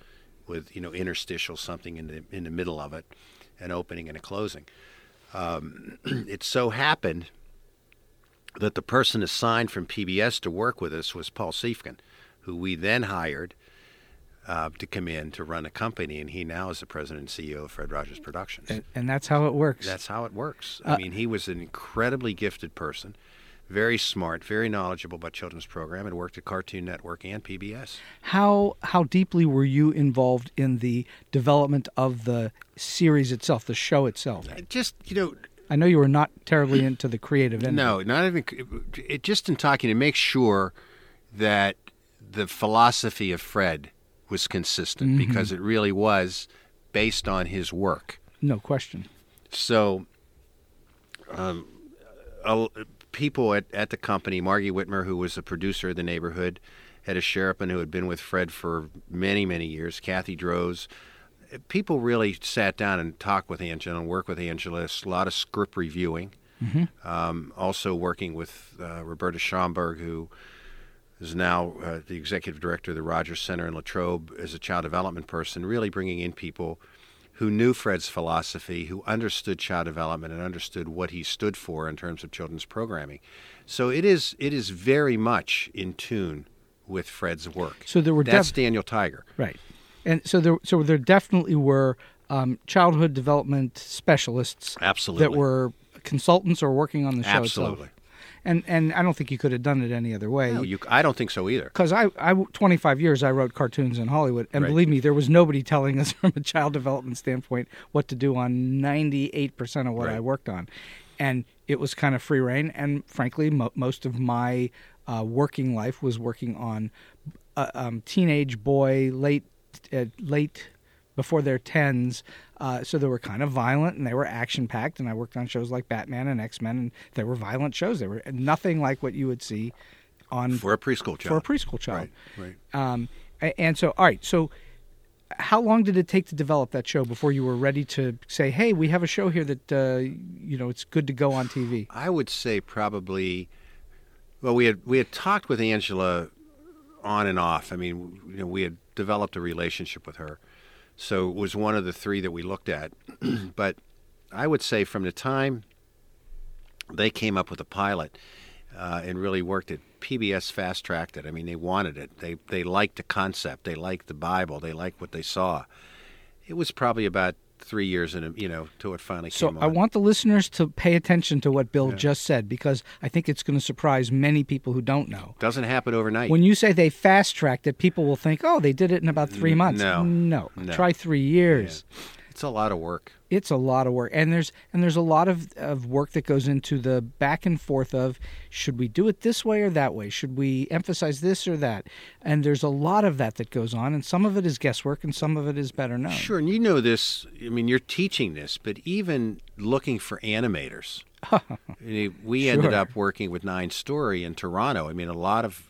with you know interstitial something in the in the middle of it, an opening and a closing Um, it so happened that the person assigned from PBS to work with us was Paul Siefkin, who we then hired uh, to come in to run a company, and he now is the president and CEO of Fred Rogers Productions. And, and that's how it works. That's how it works. Uh, I mean, he was an incredibly gifted person, very smart, very knowledgeable about children's program, and worked at Cartoon Network and PBS. How how deeply were you involved in the development of the series itself, the show itself? I Just you know, I know you were not terribly into the creative end. No, not even. It, just in talking to make sure that the philosophy of Fred was consistent because it really was based on his work. no question. So, um, a- people at, at the company, Margie Whitmer, who was the producer of the neighborhood, Hedda Sherripin, who had been with Fred for many, many years, Kathy Droz, people really sat down and talked with Angela and worked with Angela. A lot of script reviewing. Mm-hmm. Um, also working with uh, Roberta Schomburg, who is now uh, the executive director of the Rogers Center in Latrobe as a child development person, really bringing in people who knew Fred's philosophy, who understood child development and understood what he stood for in terms of children's programming. So it is it is very much in tune with Fred's work. So there were that's def- Daniel Tiger. Right. And so there so there definitely were um, childhood development specialists Absolutely. that were consultants or working on the show itself. Absolutely. And and I don't think you could have done it any other way. No, you, I don't think so either. because I, I, 25 years I wrote cartoons in Hollywood, and Right. believe me, there was nobody telling us from a child development standpoint what to do on 98% of what I Right. worked on. And it was kind of free reign. And frankly, mo- most of my uh, working life was working on uh, um, teenage boy, late, uh, late before their 10s. Uh, so they were kind of violent and they were action packed. And I worked on shows like Batman and X Men, and they were violent shows. They were nothing like what you would see on For a preschool child. for a preschool child. right. Um, a- and so, all right. So, how long did it take to develop that show before you were ready to say, "Hey, we have a show here that uh, you know it's good to go on TV"? I would say probably. Well, we had we had talked with Angela on and off. I mean, you know, we had developed a relationship with her, so it was one of the three that we looked at. but I would say from the time they came up with a pilot uh, and really worked it, PBS fast tracked it. I mean, they wanted it. They they liked the concept. They liked the Bible. They liked what they saw. It was probably about three years in, you know, till it finally So came on. I want the listeners to pay attention to what Bill just said because I think it's going to surprise many people who don't know. Doesn't happen overnight. When you say they fast tracked it, people will think, "Oh, they did it in about three months." no. no, No. try three years. It's a lot of work. it's a lot of work and there's and there's a lot of, of work that goes into the back and forth of should we do it this way or that way should we emphasize this or that and there's a lot of that that goes on and some of it is guesswork and some of it is better known Sure, and you know this. I mean, you're teaching this, but even looking for animators, I mean, we ended Sure. up working with Nine Story in Toronto. I mean, a lot of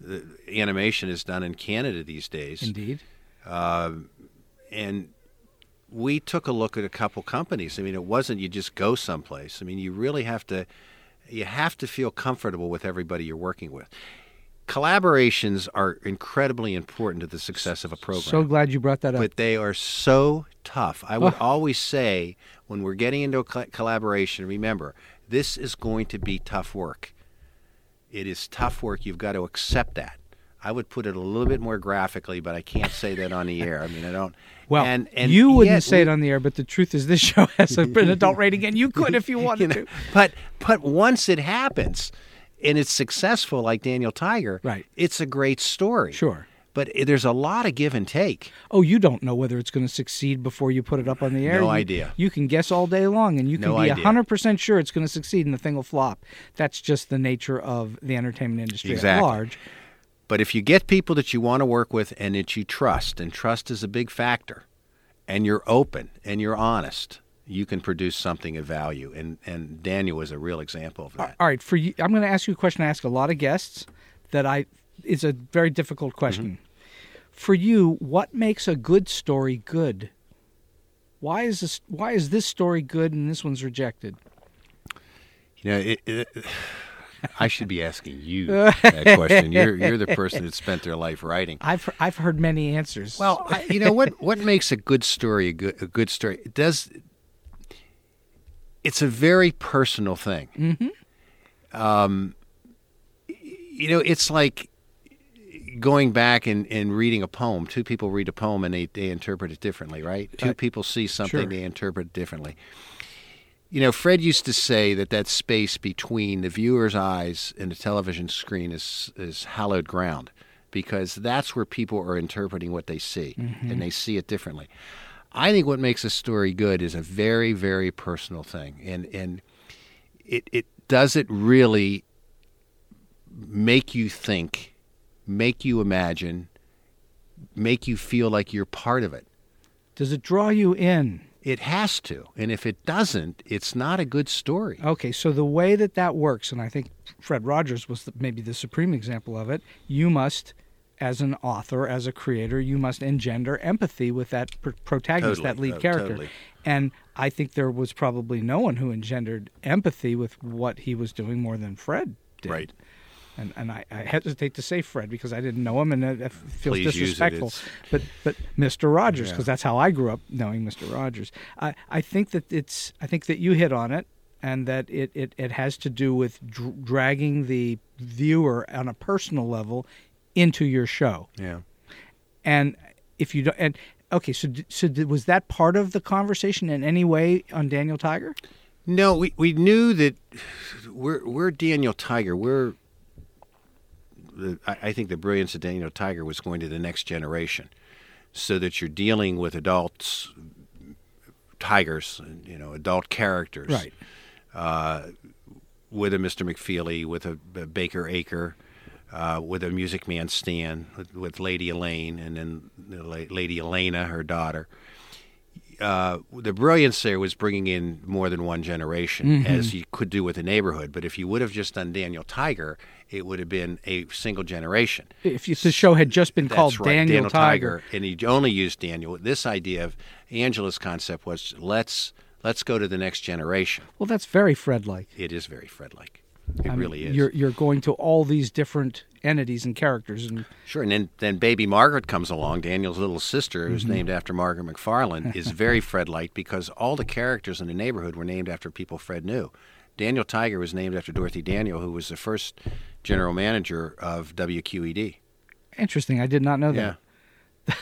the animation is done in Canada these days, indeed and we took a look at a couple companies. I mean, it wasn't you just go someplace. I mean, you really have to you have to feel comfortable with everybody you're working with. Collaborations are incredibly important to the success of a program. so glad you brought that up But they are so tough. I would always say when we're getting into a cl- collaboration, remember, this is going to be tough work. It is tough work. You've got to accept that. I would put it a little bit more graphically, but I can't say that on the air. I mean, I don't. well, and, and you wouldn't yet say we- it on the air, but the truth is, this show has a, an adult rating, and you could if you wanted you know, to. But but once it happens and it's successful, like Daniel Tiger, Right. It's a great story. Sure. But i- there's a lot of give and take. Oh, you don't know whether it's going to succeed before you put it up on the air. No You- idea. You can guess all day long, and you can No be idea. hundred percent sure it's going to succeed, and the thing will flop. That's just the nature of the entertainment industry at Exactly. large. But if you get people that you want to work with and that you trust, and trust is a big factor, and you're open and you're honest, you can produce something of value. And and Daniel is a real example of that. All right, for you, I'm going to ask you a question. I ask a lot of guests that I. It's a very difficult question. Mm-hmm. For you, what makes a good story good? Why is this? Why is this story good and this one's rejected? You know, it, it, I should be asking you that question. You're you're the person that spent their life writing. I've I've heard many answers. Well, I, you know what what makes a good story a good a good story? It does it's a very personal thing. Mm-hmm. Um, y- you know, it's like going back and, and reading a poem. Two people read a poem and they, they interpret it differently, right? Two people see something, sure. they interpret it differently. You know, Fred used to say that that space between the viewer's eyes and the television screen is is hallowed ground because that's where people are interpreting what they see and they see it differently. I think what makes a story good is a very very personal thing and and it it does it really make you think, make you imagine, make you feel like you're part of it. does it draw you in? It has to. And if it doesn't, it's not a good story. Okay, so the way that that works, and I think Fred Rogers was the, maybe the supreme example of it, you must, as an author, as a creator, you must engender empathy with that pr- protagonist, that Totally, lead oh, character. totally. And I think there was probably no one who engendered empathy with what he was doing more than Fred did. Right. And, and I, I hesitate to say Fred because I didn't know him and it, it feels Please use it, disrespectful. it's- But but Mr. Rogers because that's how I grew up knowing Mr. Rogers. I, I think that it's I think that you hit on it and that it, it, it has to do with dr- dragging the viewer on a personal level into your show. Yeah. And if you don't and okay so d- so did, was that part of the conversation in any way on Daniel Tiger? No, we, we knew that we're, we're Daniel Tiger. We're, the, I I think the brilliance of Daniel Tiger was going to the next generation so that you're dealing with adults, tigers, and, you know, adult characters. Uh, with a Mr. McFeely, with a, a Baker Acre, uh, with a Music Man Stan, with, with Lady Elaine, and then the la- Lady Elena, her daughter. Uh, the brilliance there was bringing in more than one generation, as Mm-hmm. you could do with the neighborhood. But if you would have just done Daniel Tiger, it would have been a single generation. If you, the show had just been called That's right, Daniel, Tiger, and he only used Daniel. This idea of Angela's concept was let's let's go to the next generation. well that's very Fred like. It is very Fred-like. It I mean, really is. You're you're going to all these different entities and characters, and Sure, and then, then baby Margaret comes along, Daniel's little sister, who's named after Margaret McFarland, is very Fred like because all the characters in the neighborhood were named after people Fred knew. Daniel Tiger was named after Dorothy Daniel, who was the first general manager of WQED. interesting. I did not know Yeah. that.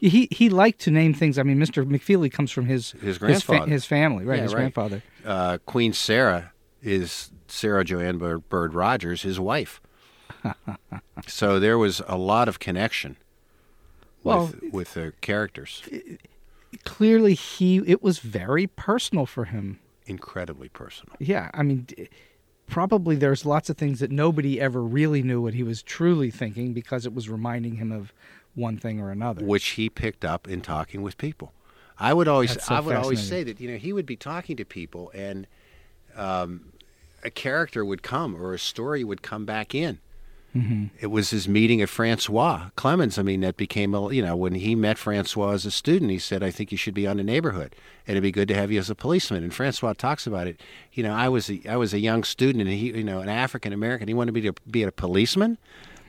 He he liked to name things. I mean, Mr. McFeely comes from his His fa- grandfather. his, family, right? Yeah, his right. grandfather. Uh, Queen Sarah is Sarah Joanne Bir- Bird Rogers, his wife. so there was a lot of connection with, Well, with the characters. clearly he it was very personal for him. Incredibly personal. Yeah, I mean d- probably there's lots of things that nobody ever really knew what he was truly thinking because it was reminding him of one thing or another. Which he picked up in talking with people. I would always, That's so I would always say fascinating. that you know he would be talking to people, and um, a character would come or a story would come back in. Mm-hmm. It was his meeting at Francois Clemens. I mean, that became a you know when he met Francois as a student, he said, "I think you should be on the neighborhood, and it'd be good to have you as a policeman." And Francois talks about it. You know, I was a, I was a young student, and he you know an African American. He wanted me to be a policeman.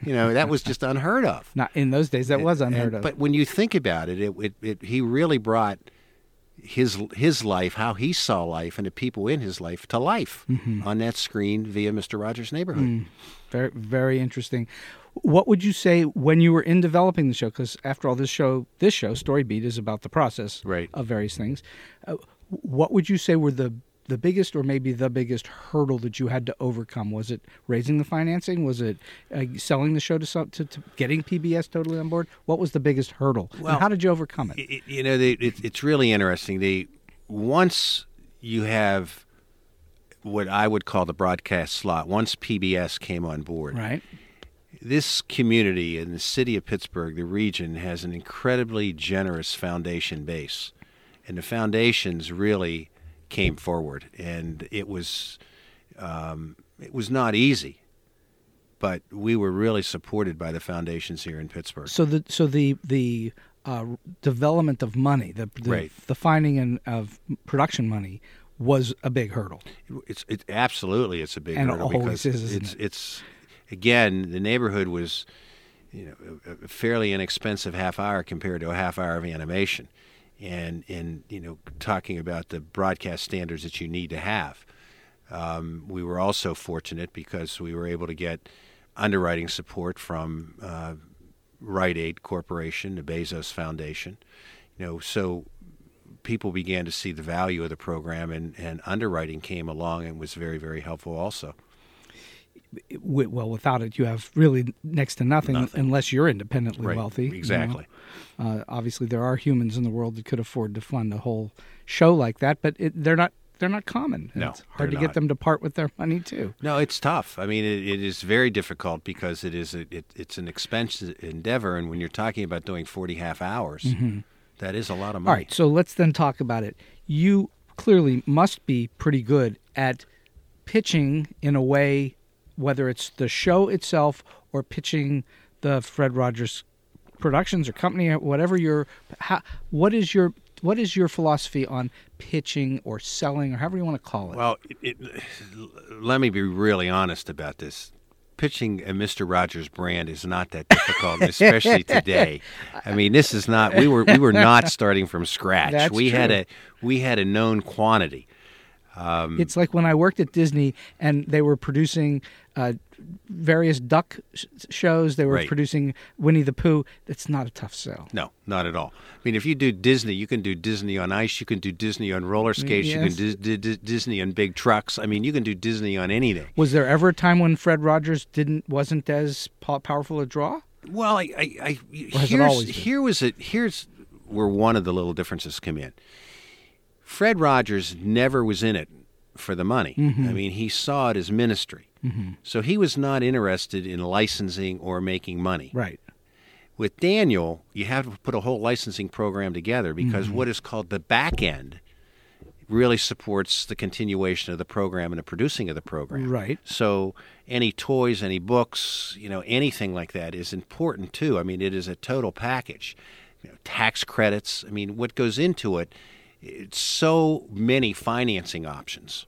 You know, that was just unheard of. Not in those days that was unheard And- of. But when you think about it, it, it, it he really brought his his life, how he saw life, and the people in his life to life on that screen via Mister Rogers' Neighborhood. Very, very interesting. What would you say when you were in developing the show? Because after all, this show, this show, Story Beat, is about the process Right. of various things. Uh, what would you say were the the biggest, or maybe the biggest hurdle that you had to overcome? Was it raising the financing? Was it uh, selling the show to, some, to to getting PBS totally on board? What was the biggest hurdle? Well, and how did you overcome it? Y- y- you know, they, it, it's really interesting. They once you have what I would call the broadcast slot. Once PBS came on board, Right. this community in the city of Pittsburgh, the region, has an incredibly generous foundation base. And the foundations really came forward. And it was, um, it was not easy, but we were really supported by the foundations here in Pittsburgh. So the so the the uh, development of money, the the, Right. the finding and of production money was a big hurdle. It's it absolutely it's a big And it hurdle always because is, isn't it's it's again the neighborhood was you know a, a fairly inexpensive half hour compared to a half hour of animation, and and you know talking about the broadcast standards that you need to have. Um, we were also fortunate because we were able to get underwriting support from uh, Rite Aid Corporation, the Bezos Foundation. You know, so people began to see the value of the program, and, and underwriting came along and was very, very helpful also. It- wi- well, without it, you have really next to nothing, unless you're independently wealthy. you know. Exactly. Uh, obviously, there are humans in the world that could afford to fund a whole show like that, but it, they're not. They're not common. and No, it's hard to they're get not. them to part with their money too. No, it's tough. I mean, it, it is very difficult because it is a, it, it's an expensive endeavor, and when you're talking about doing 40 half hours, that is a lot of Mm-hmm. money. All right, so let's then talk about it. You clearly must be pretty good at pitching in a way, whether it's the show itself or pitching the Fred Rogers Productions or company, or whatever your. How, what is your what is your philosophy on pitching or selling or however you want to call it? Well, it, it, let me be really honest about this. Pitching a Mr. Rogers brand is not that difficult, especially today. I mean, this is not we were we were not starting from scratch. That's we had true. a we had a known quantity. it's like when I worked at Disney and they were producing uh, various duck sh- shows. They were Right. producing Winnie the Pooh. It's not a tough sell. No, not at all. I mean, if you do Disney, you can do Disney on ice, you can do Disney on roller skates, you yes. can do Dis- Dis- Disney on big trucks. I mean, you can do Disney on anything. Was there ever a time when Fred Rogers didn't wasn't as po- powerful a draw? Well, I, I, I Or has it here's, always been? here was it. Here's where one of the little differences come in. Fred Rogers never was in it for the money. I mean, he saw it as ministry, so he was not interested in licensing or making money. Right. With Daniel, you have to put a whole licensing program together because what is called the back end really supports the continuation of the program and the producing of the program. Right. So any toys, any books, you know, anything like that is important too. I mean, it is a total package. You know, tax credits. I mean, what goes into it? It's so many financing options.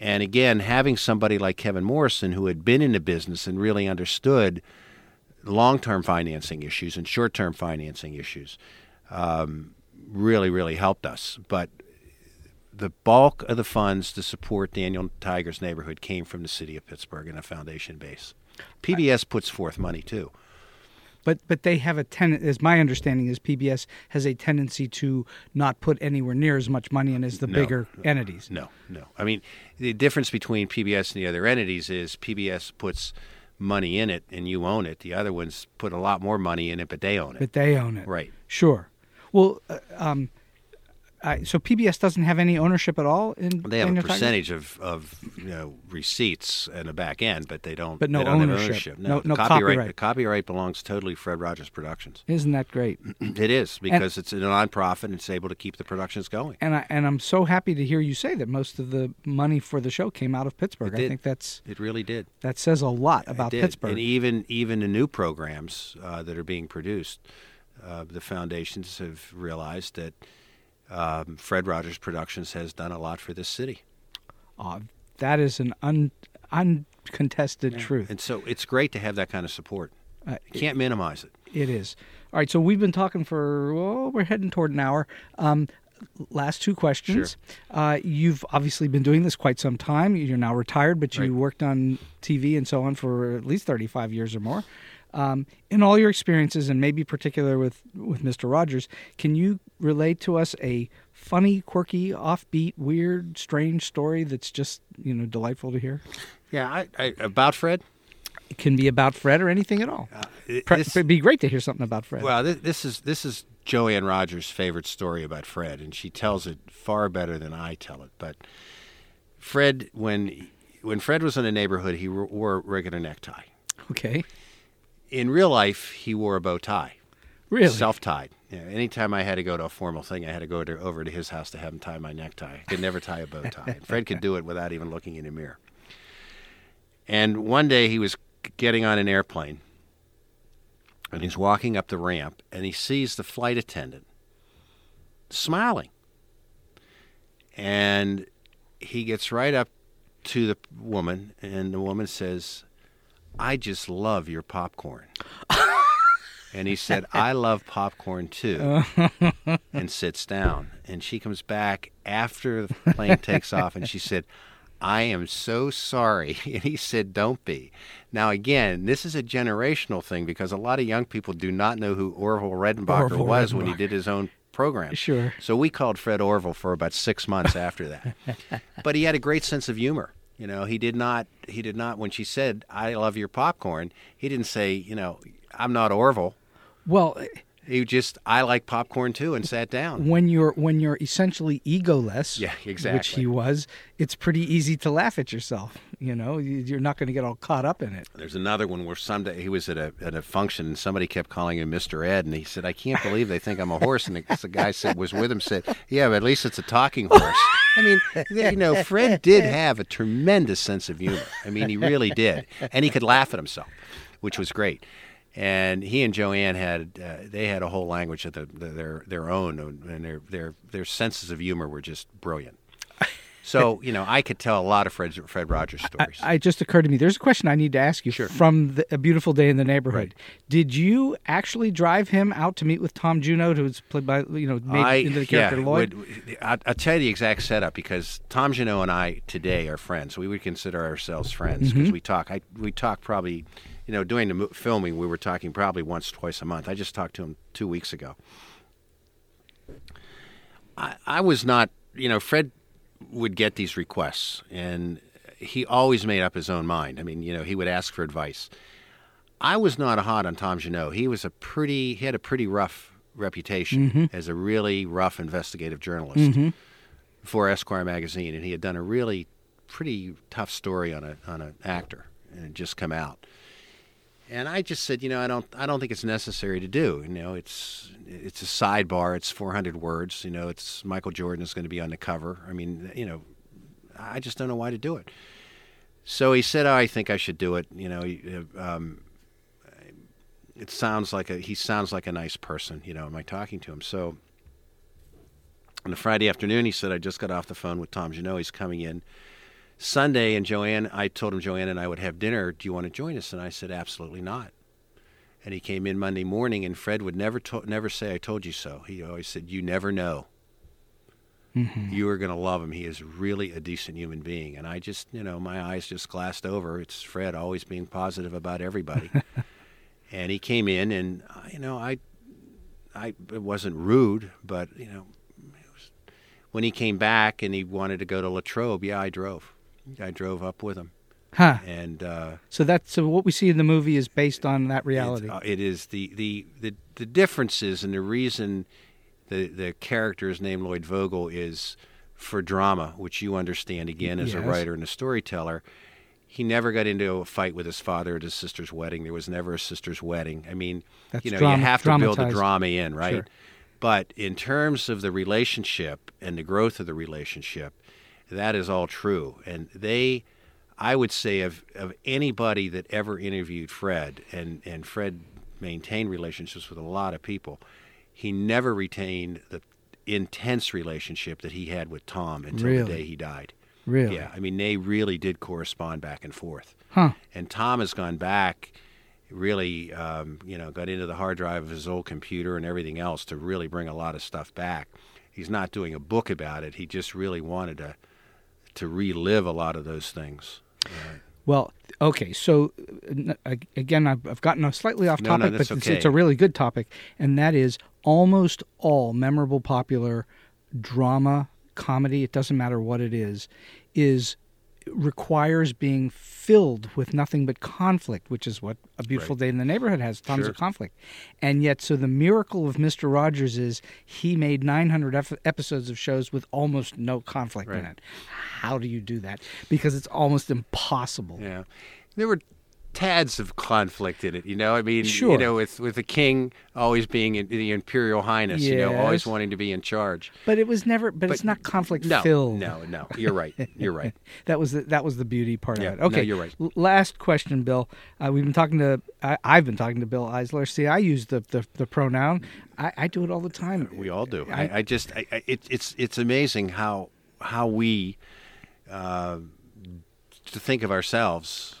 And again, having somebody like Kevin Morrison who had been in the business and really understood long-term financing issues and short-term financing issues um, really, really helped us. But the bulk of the funds to support Daniel Tiger's neighborhood came from the city of Pittsburgh and a foundation base. PBS puts forth money too. But but they have a ten as my understanding is PBS has a tendency to not put anywhere near as much money in as the bigger entities. No, no. I mean, the difference between PBS and the other entities is PBS puts money in it and you own it. The other ones put a lot more money in it, but they own it. But they own it. Right. Sure. Well, uh, um, uh, so PBS doesn't have any ownership at all in. They have in a your title? percentage of, of you know receipts in the back end, but they don't. But no they don't have ownership. No- the no copyright. The copyright belongs totally to Fred Rogers Productions. Isn't that great? It is because it's a nonprofit and it's able to keep the productions going. And I and I'm so happy to hear you say that most of the money for the show came out of Pittsburgh. I did. think that's It really did. that says a lot about did. Pittsburgh. and even even the new programs uh, that are being produced, uh, the foundations have realized that um, Fred Rogers Productions has done a lot for this city, Aw, that is an un, uncontested truth. and so it's great to have that kind of support. Uh, you can't minimize it. It is. All right, so we've been talking for, well, we're heading toward an hour. Um, last two questions. Uh, you've obviously been doing this quite some time. You're now retired, but you Right. worked on TV and so on for at least 35 years or more. Um, in all your experiences, and maybe particular with, with Mr. Rogers, can you relate to us a funny, quirky, offbeat, weird, strange story that's just, you know, delightful to hear? Yeah, I, I, about Fred. It can be about Fred or anything at all. it- Pre- Uh, this- it'd be great to hear something about Fred. Well, this, this is this is Joanne Rogers' favorite story about Fred, and she tells it far better than I tell it. But Fred, when when Fred was in the neighborhood, he wore a regular necktie. okay. In real life, he wore a bow tie, Really? self-tied. Yeah, anytime I had to go to a formal thing, I had to go to, over to his house to have him tie my necktie. I could never tie a bow tie. And Fred could do it without even looking in a mirror. And one day he was getting on an airplane, and he's walking up the ramp, and he sees the flight attendant smiling. And he gets right up to the woman, and the woman says, I just love your popcorn. and he said, I love popcorn too, and sits down. And she comes back after the plane takes off, and she said, I am so sorry. And he said, Don't be. Now, again, this is a generational thing because a lot of young people do not know who Orville Redenbacher Orville was when he Redenbacher. did his own program. Sure. So we called Fred Orville for about six months after that. but he had a great sense of humor. You know, he did not. He did not. When she said, "I love your popcorn," he didn't say, "You know, I'm not Orville." Well, He just, "I like popcorn too," and sat down. when you're when you're essentially egoless, Yeah, which exactly. he was, it's pretty easy to laugh at yourself. You know, You- you're not going to get all caught up in it. There's another one where someday he was at a at a function and somebody kept calling him Mr. Ed, and he said, "I can't believe they think I'm a horse." And the, the guy said was with him said, "Yeah, but at least it's a talking horse." I mean, you know, Fred did have a tremendous sense of humor. I mean, he really did, and he could laugh at himself, which was great. And he and Joanne had uh, they had a whole language of the, the, their their own, and their their their senses of humor were just brilliant. So you know, I could tell a lot of Fred Fred Rogers stories. I it just occurred to me. There's a question I need to ask you from the, a beautiful day in the neighborhood. Did you actually drive him out to meet with Tom Junot, who's played by you know made into the character yeah, Lloyd? would- I, I'll tell you the exact setup because Tom Janot and I today are friends. We would consider ourselves friends Mm-hmm. because we talk. I we talk probably, you know, doing the mo- filming. We were talking probably once, twice a month. I just talked to him two weeks ago. I, I was not, you know, Fred would get these requests, and he always made up his own mind. I mean, you know, he would ask for advice. I was not hot on Tom Janot. He was a pretty he had a pretty rough reputation as a really rough investigative journalist for Esquire magazine, and he had done a really pretty tough story on a on an actor, and it just come out. And I just said, you know, I don't I don't think it's necessary to do. You know, it's it's a sidebar. It's 400 words. You know, it's Michael Jordan is going to be on the cover. I mean, you know, I just don't know why to do it. So he said, oh, I think I should do it. You know, he- um, it sounds like a he sounds like a nice person. You know, am I talking to him? So on a Friday afternoon, he said, I just got off the phone with Tom Janot. He's coming in Sunday. And Joanne, I told him Joanne and I would have dinner. Do you want to join us? And I said, absolutely not. And he came in Monday morning, and Fred would never to- never say, I told you so. He always said, You never know. You are going to love him. He is really a decent human being. And I just, you know, my eyes just glassed over. It's Fred always being positive about everybody. and he came in, and, uh, you know, I, I it wasn't rude, but, you know, when he came back and he wanted to go to Latrobe, yeah, I drove. I drove up with him, Huh. and uh, So that's so what we see in the movie is based on that it's- reality. uh, it is the, the the the differences and the reason the the character is named Lloyd Vogel is for drama, which you understand again as a Yes. writer and a storyteller. He never got into a fight with his father at his sister's wedding. There was never a sister's wedding. I mean, That's you know, drama- you have to build the dramatized. drama in, right? Sure. But in terms of the relationship and the growth of the relationship, that is all true. And they, I would say, of, of anybody that ever interviewed Fred, and, and Fred maintained relationships with a lot of people, he never retained the intense relationship that he had with Tom until Really? the day he died. Really? Yeah. I mean, they really did correspond back and forth. Huh. And Tom has gone back, really, um, you know, got into the hard drive of his old computer and everything else to really bring a lot of stuff back. He's not doing a book about it. He just really wanted to to relive a lot of those things. Well, okay. So uh, n- ag- again, I've, I've gotten a slightly off No, no, topic, but that's it's, okay. it's a really good topic, and that is almost all memorable popular drama, comedy. It doesn't matter what it is, is requires being filled with nothing but conflict, which is what a beautiful day in the neighborhood has tons Sure. of conflict. And yet, so the miracle of Mister Rogers is he made 900 ep- episodes of shows with almost no conflict in Right. it. How do you do that? Because it's almost impossible. Yeah, there were tads of conflict in it. You know, I mean, Sure. you know, with with the king always being in, the imperial highness. You know, Yes. always wanting to be in charge. But it was never. But, it's not conflict No, filled. no, no. You're right. You're right. That was the, that was the beauty part Yeah, of it. no, Okay, you're right. L- last question, Bill. Uh, we've been talking to. I, I've been talking to Bill Eisler. See, I use the the, the pronoun. I, I do it all the time. We all do. I, I just, I, I, it, it's, it's amazing how how we uh, to think of ourselves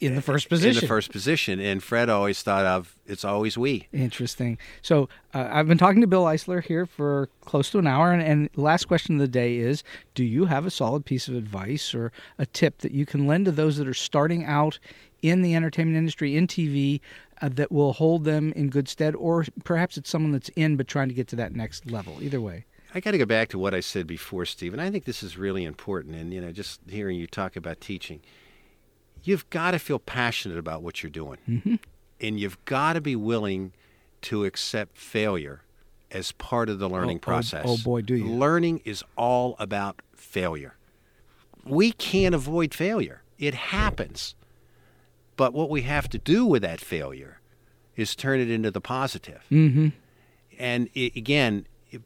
in the first position. in the first position. And Fred always thought of it's always we. Interesting. So uh, I've been talking to Bill Eisler here for close to an hour, and, and last question of the day is: Do you have a solid piece of advice or a tip that you can lend to those that are starting out in the entertainment industry in TV uh, that will hold them in good stead, or perhaps it's someone that's in but trying to get to that next level? Either way, I got to go back to what I said before, Steve, and I think this is really important. And you know, just hearing you talk about teaching, you've got to feel passionate about what you're doing, Mm-hmm. and you've got to be willing to accept failure as part of the learning oh, process. oh, boy, do you. Learning is all about failure. We can't avoid failure; it happens. But what we have to do with that failure is turn it into the positive. And i again, it,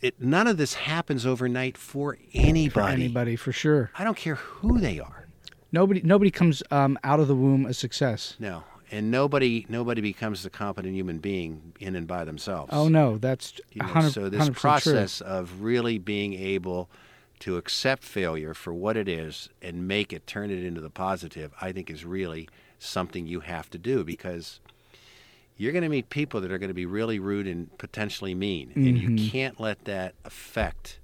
it, none of this happens overnight for anybody. for anybody for sure. I don't care who they are. Nobody, nobody comes um, out of the womb a success. No, and nobody nobody becomes the competent human being in and by themselves. Oh no, that's You know, 100, so this 100% true. process of really being able to accept failure for what it is and make it turn it into the positive, I think is really something you have to do because you're going to meet people that are going to be really rude and potentially mean, and Mm-hmm. you can't let that affect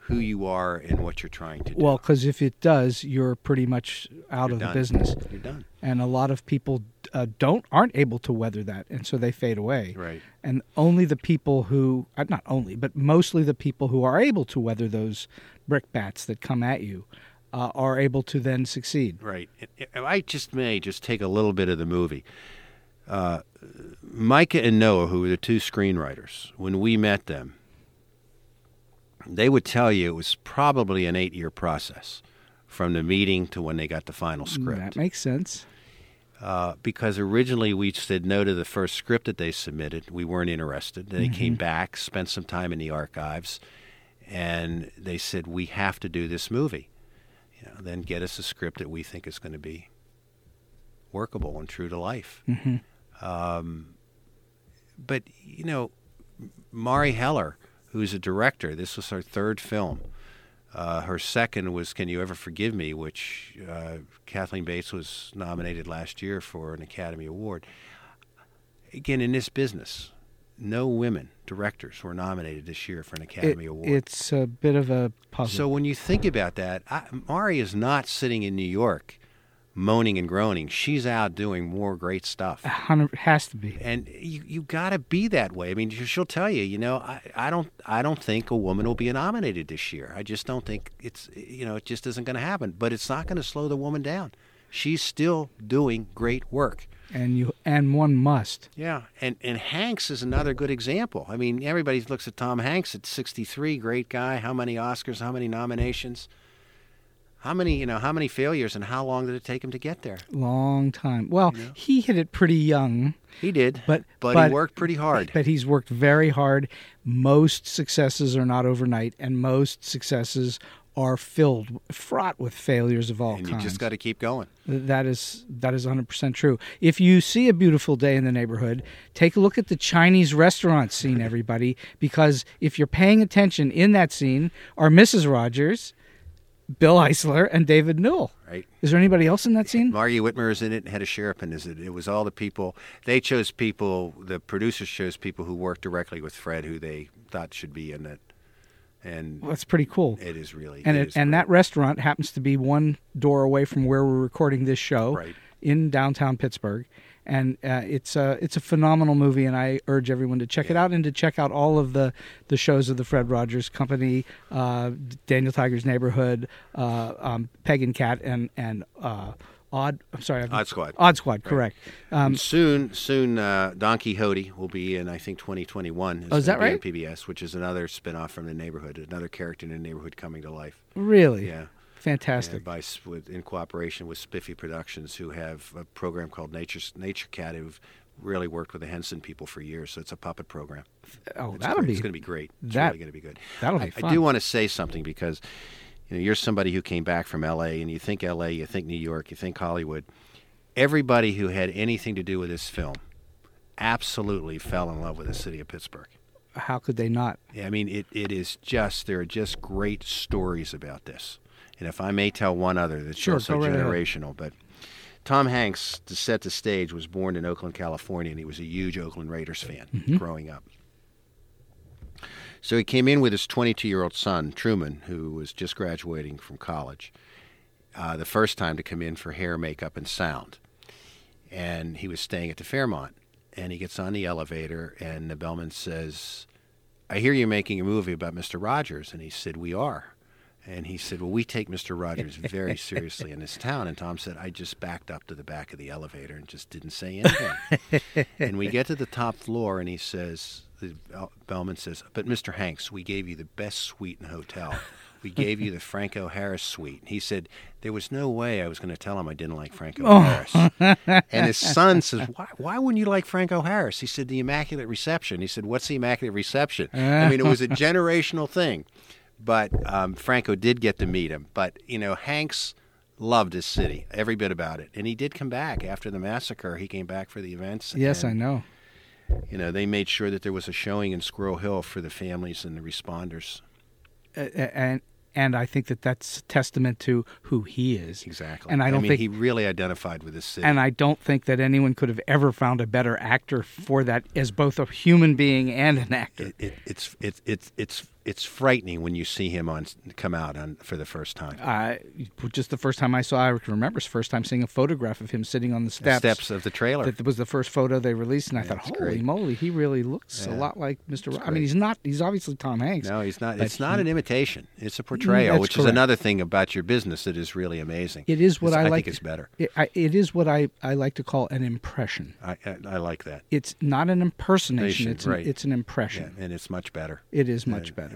who you are and what you're trying to do. Well, because if it does, you're pretty much out of the done. business, you're done. and a lot of people uh, don't aren't able to weather that, and so they fade away. Right. And only the people who uh, not only, but mostly the people who are able to weather those brickbats that come at you uh, are able to then succeed. Right. If I just may just take a little bit of the movie. Uh, Micah and Noah, who were the two screenwriters, when we met them, they would tell you it was probably an eight year process from the meeting to when they got the Mm, final That script. makes sense. Uh, because originally we said no to the first script that they submitted. We weren't interested. They came back, spent some time in the archives, and they said, We have to do this movie. You know, then get us a script that we think is going to be workable and true to life. Um, but you know, Mari Heller, who's a director, this was her third film. Uh, her second was "Can You Ever Forgive Me," which uh, Kathleen Bates was nominated last year for an Academy Award. Again, in this business, no women directors were nominated this year for an It- Academy Award. it's a bit of a puzzle. So when you think about that, I, Mari is not sitting in New York moaning and groaning. She's out doing more great stuff. A hundred- has to be. And you you got to be that way. I mean, she- she'll tell you, you know, I, I don't I don't think a woman will be nominated this year. I just don't think it's you know it just isn't going to happen. But it's not going to slow the woman down. she's still doing great work. and you and one must. Yeah, and and Hanks is another good example. I mean, everybody looks at Tom Hanks at 63, great guy. How many Oscars? How many nominations? How many you know? How many failures? And how long did it take him to get there? Long time. Well, he hit it pretty young, He did, but but, he worked pretty hard. But he's worked very hard. Most successes are not overnight, and most successes are filled, fraught with failures of all and you kinds. just got to keep going. That is that is 100% true. If you see a beautiful day in the neighborhood, take a look at the Chinese restaurant scene everybody because if you're paying attention in that scene are Mrs. Rogers, Bill Eisler and David Newell. Right. Is there anybody else in that scene? Margie Whitmer is in it, and Hedda Sheridan is in it. It was all the people. They chose people. The producers chose people who worked directly with Fred, who they thought should be in it. And Well, that's pretty cool. it is really and it it, is and that restaurant happens to be one door away from where we're recording this show Right. in downtown Pittsburgh. And uh, it's a it's a phenomenal movie, and I urge everyone to check it out and to check out all of the, the shows of the Fred Rogers Company, uh, Daniel Tiger's Neighborhood, uh, um, Peg and Cat, and and uh, Odd. I'm sorry, I've- Odd Squad. Odd Squad, correct. Um, soon, soon, uh, Don Quixote will be in. I think 2021. Oh, is gonna that be On PBS, which is another spin-off from the neighborhood, another character in the neighborhood coming to life. really, Yeah, fantastic. and by s- with, in cooperation with Spiffy Productions, who have a program called Nature Nature Cat, who've really worked with the Henson people for years. So it's a puppet program. oh, It's that'll great. be it's going to be great. It's that- really going to be good. that'll be I, I fun. do want to say something because you know you're somebody who came back from L.A. and you think L.A., you think New York, you think Hollywood. Everybody who had anything to do with this film absolutely fell in love with the city of Pittsburgh. how could they not? I mean, it, it is just there are just great stories about this. And if I may tell one other that's Sure, also go right ahead. generational, but Tom Hanks, to set the stage, was born in Oakland, California, and he was a huge Oakland Raiders fan Mm-hmm. growing up. So he came in with his 22 year old son, Truman, who was just graduating from college, uh, the first time to come in for hair, makeup, and sound. And he was staying at the Fairmont. And he gets on the elevator, and the bellman says, I hear you're making a movie about Mr. Rogers. And he said, We are. And he said, Well, we take Mr. Rogers very seriously in this town. And Tom said, I just backed up to the back of the elevator and just didn't say anything. and we get to the top floor, and he says, The bell- bellman says, But Mr. Hanks, we gave you the best suite in the hotel. We gave you the Franco Harris suite. And he said, There was no way I was going to tell him I didn't like Franco Harris. And his son says, why, why wouldn't you like Franco Harris? He said, The Immaculate Reception. He said, What's the Immaculate Reception? I mean, it was a generational thing. But um, Franco did get to meet him. But, you know, Hanks loved his city, every bit about it. And he did come back after the massacre. He came back for the events. Yes, and, I know. You know, they made sure that there was a showing in Squirrel Hill for the families and the responders. A- and and I think that that's testament to who he is. Exactly. And I don't mean, think he really identified with his city. and I don't think that anyone could have ever found a better actor for that as both a human being and an actor. it, it, it's it's it's it's it's frightening when you see him on come out on for the first time. I Uh, just the first time I saw, I can remember it's the first time seeing a photograph of him sitting on the steps. steps of the trailer. That was the first photo they released, and I thought, it's "Holy great. moly, he really looks a lot like Mr. Ro- I mean, great. he's not—he's obviously Tom Hanks. no, he's not. but It's not an imitation. It's a portrayal, Mm, that's which is correct. another thing about your business that is really amazing. It is what It's- I, I like. think it's better. It, I, it is what I, I like to call an impression. I, I, I like that, It's not an impersonation. Impression, It's an, right. it's an impression. yeah, and it's much better. It is much better.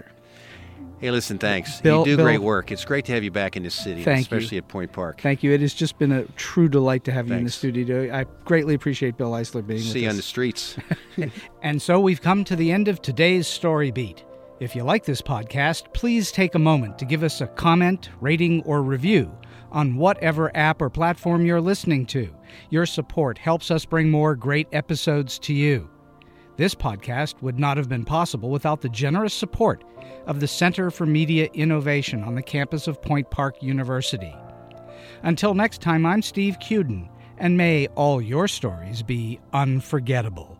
Hey, listen, thanks. Bill- you do Bill- great work. It's great to have you back in this city, Thank you. especially at Point Park. Thank you. It has just been a true delight to have you in the Thanks. studio. I greatly appreciate Bill Eisler being See with you us. on the streets. And so we've come to the end of today's Story Beat. If you like this podcast, please take a moment to give us a comment, rating, or review on whatever app or platform you're listening to. Your support helps us bring more great episodes to you. This podcast would not have been possible without the generous support of the Center for Media Innovation on the campus of Point Park University. Until next time, I'm Steve Cuden, and may all your stories be unforgettable.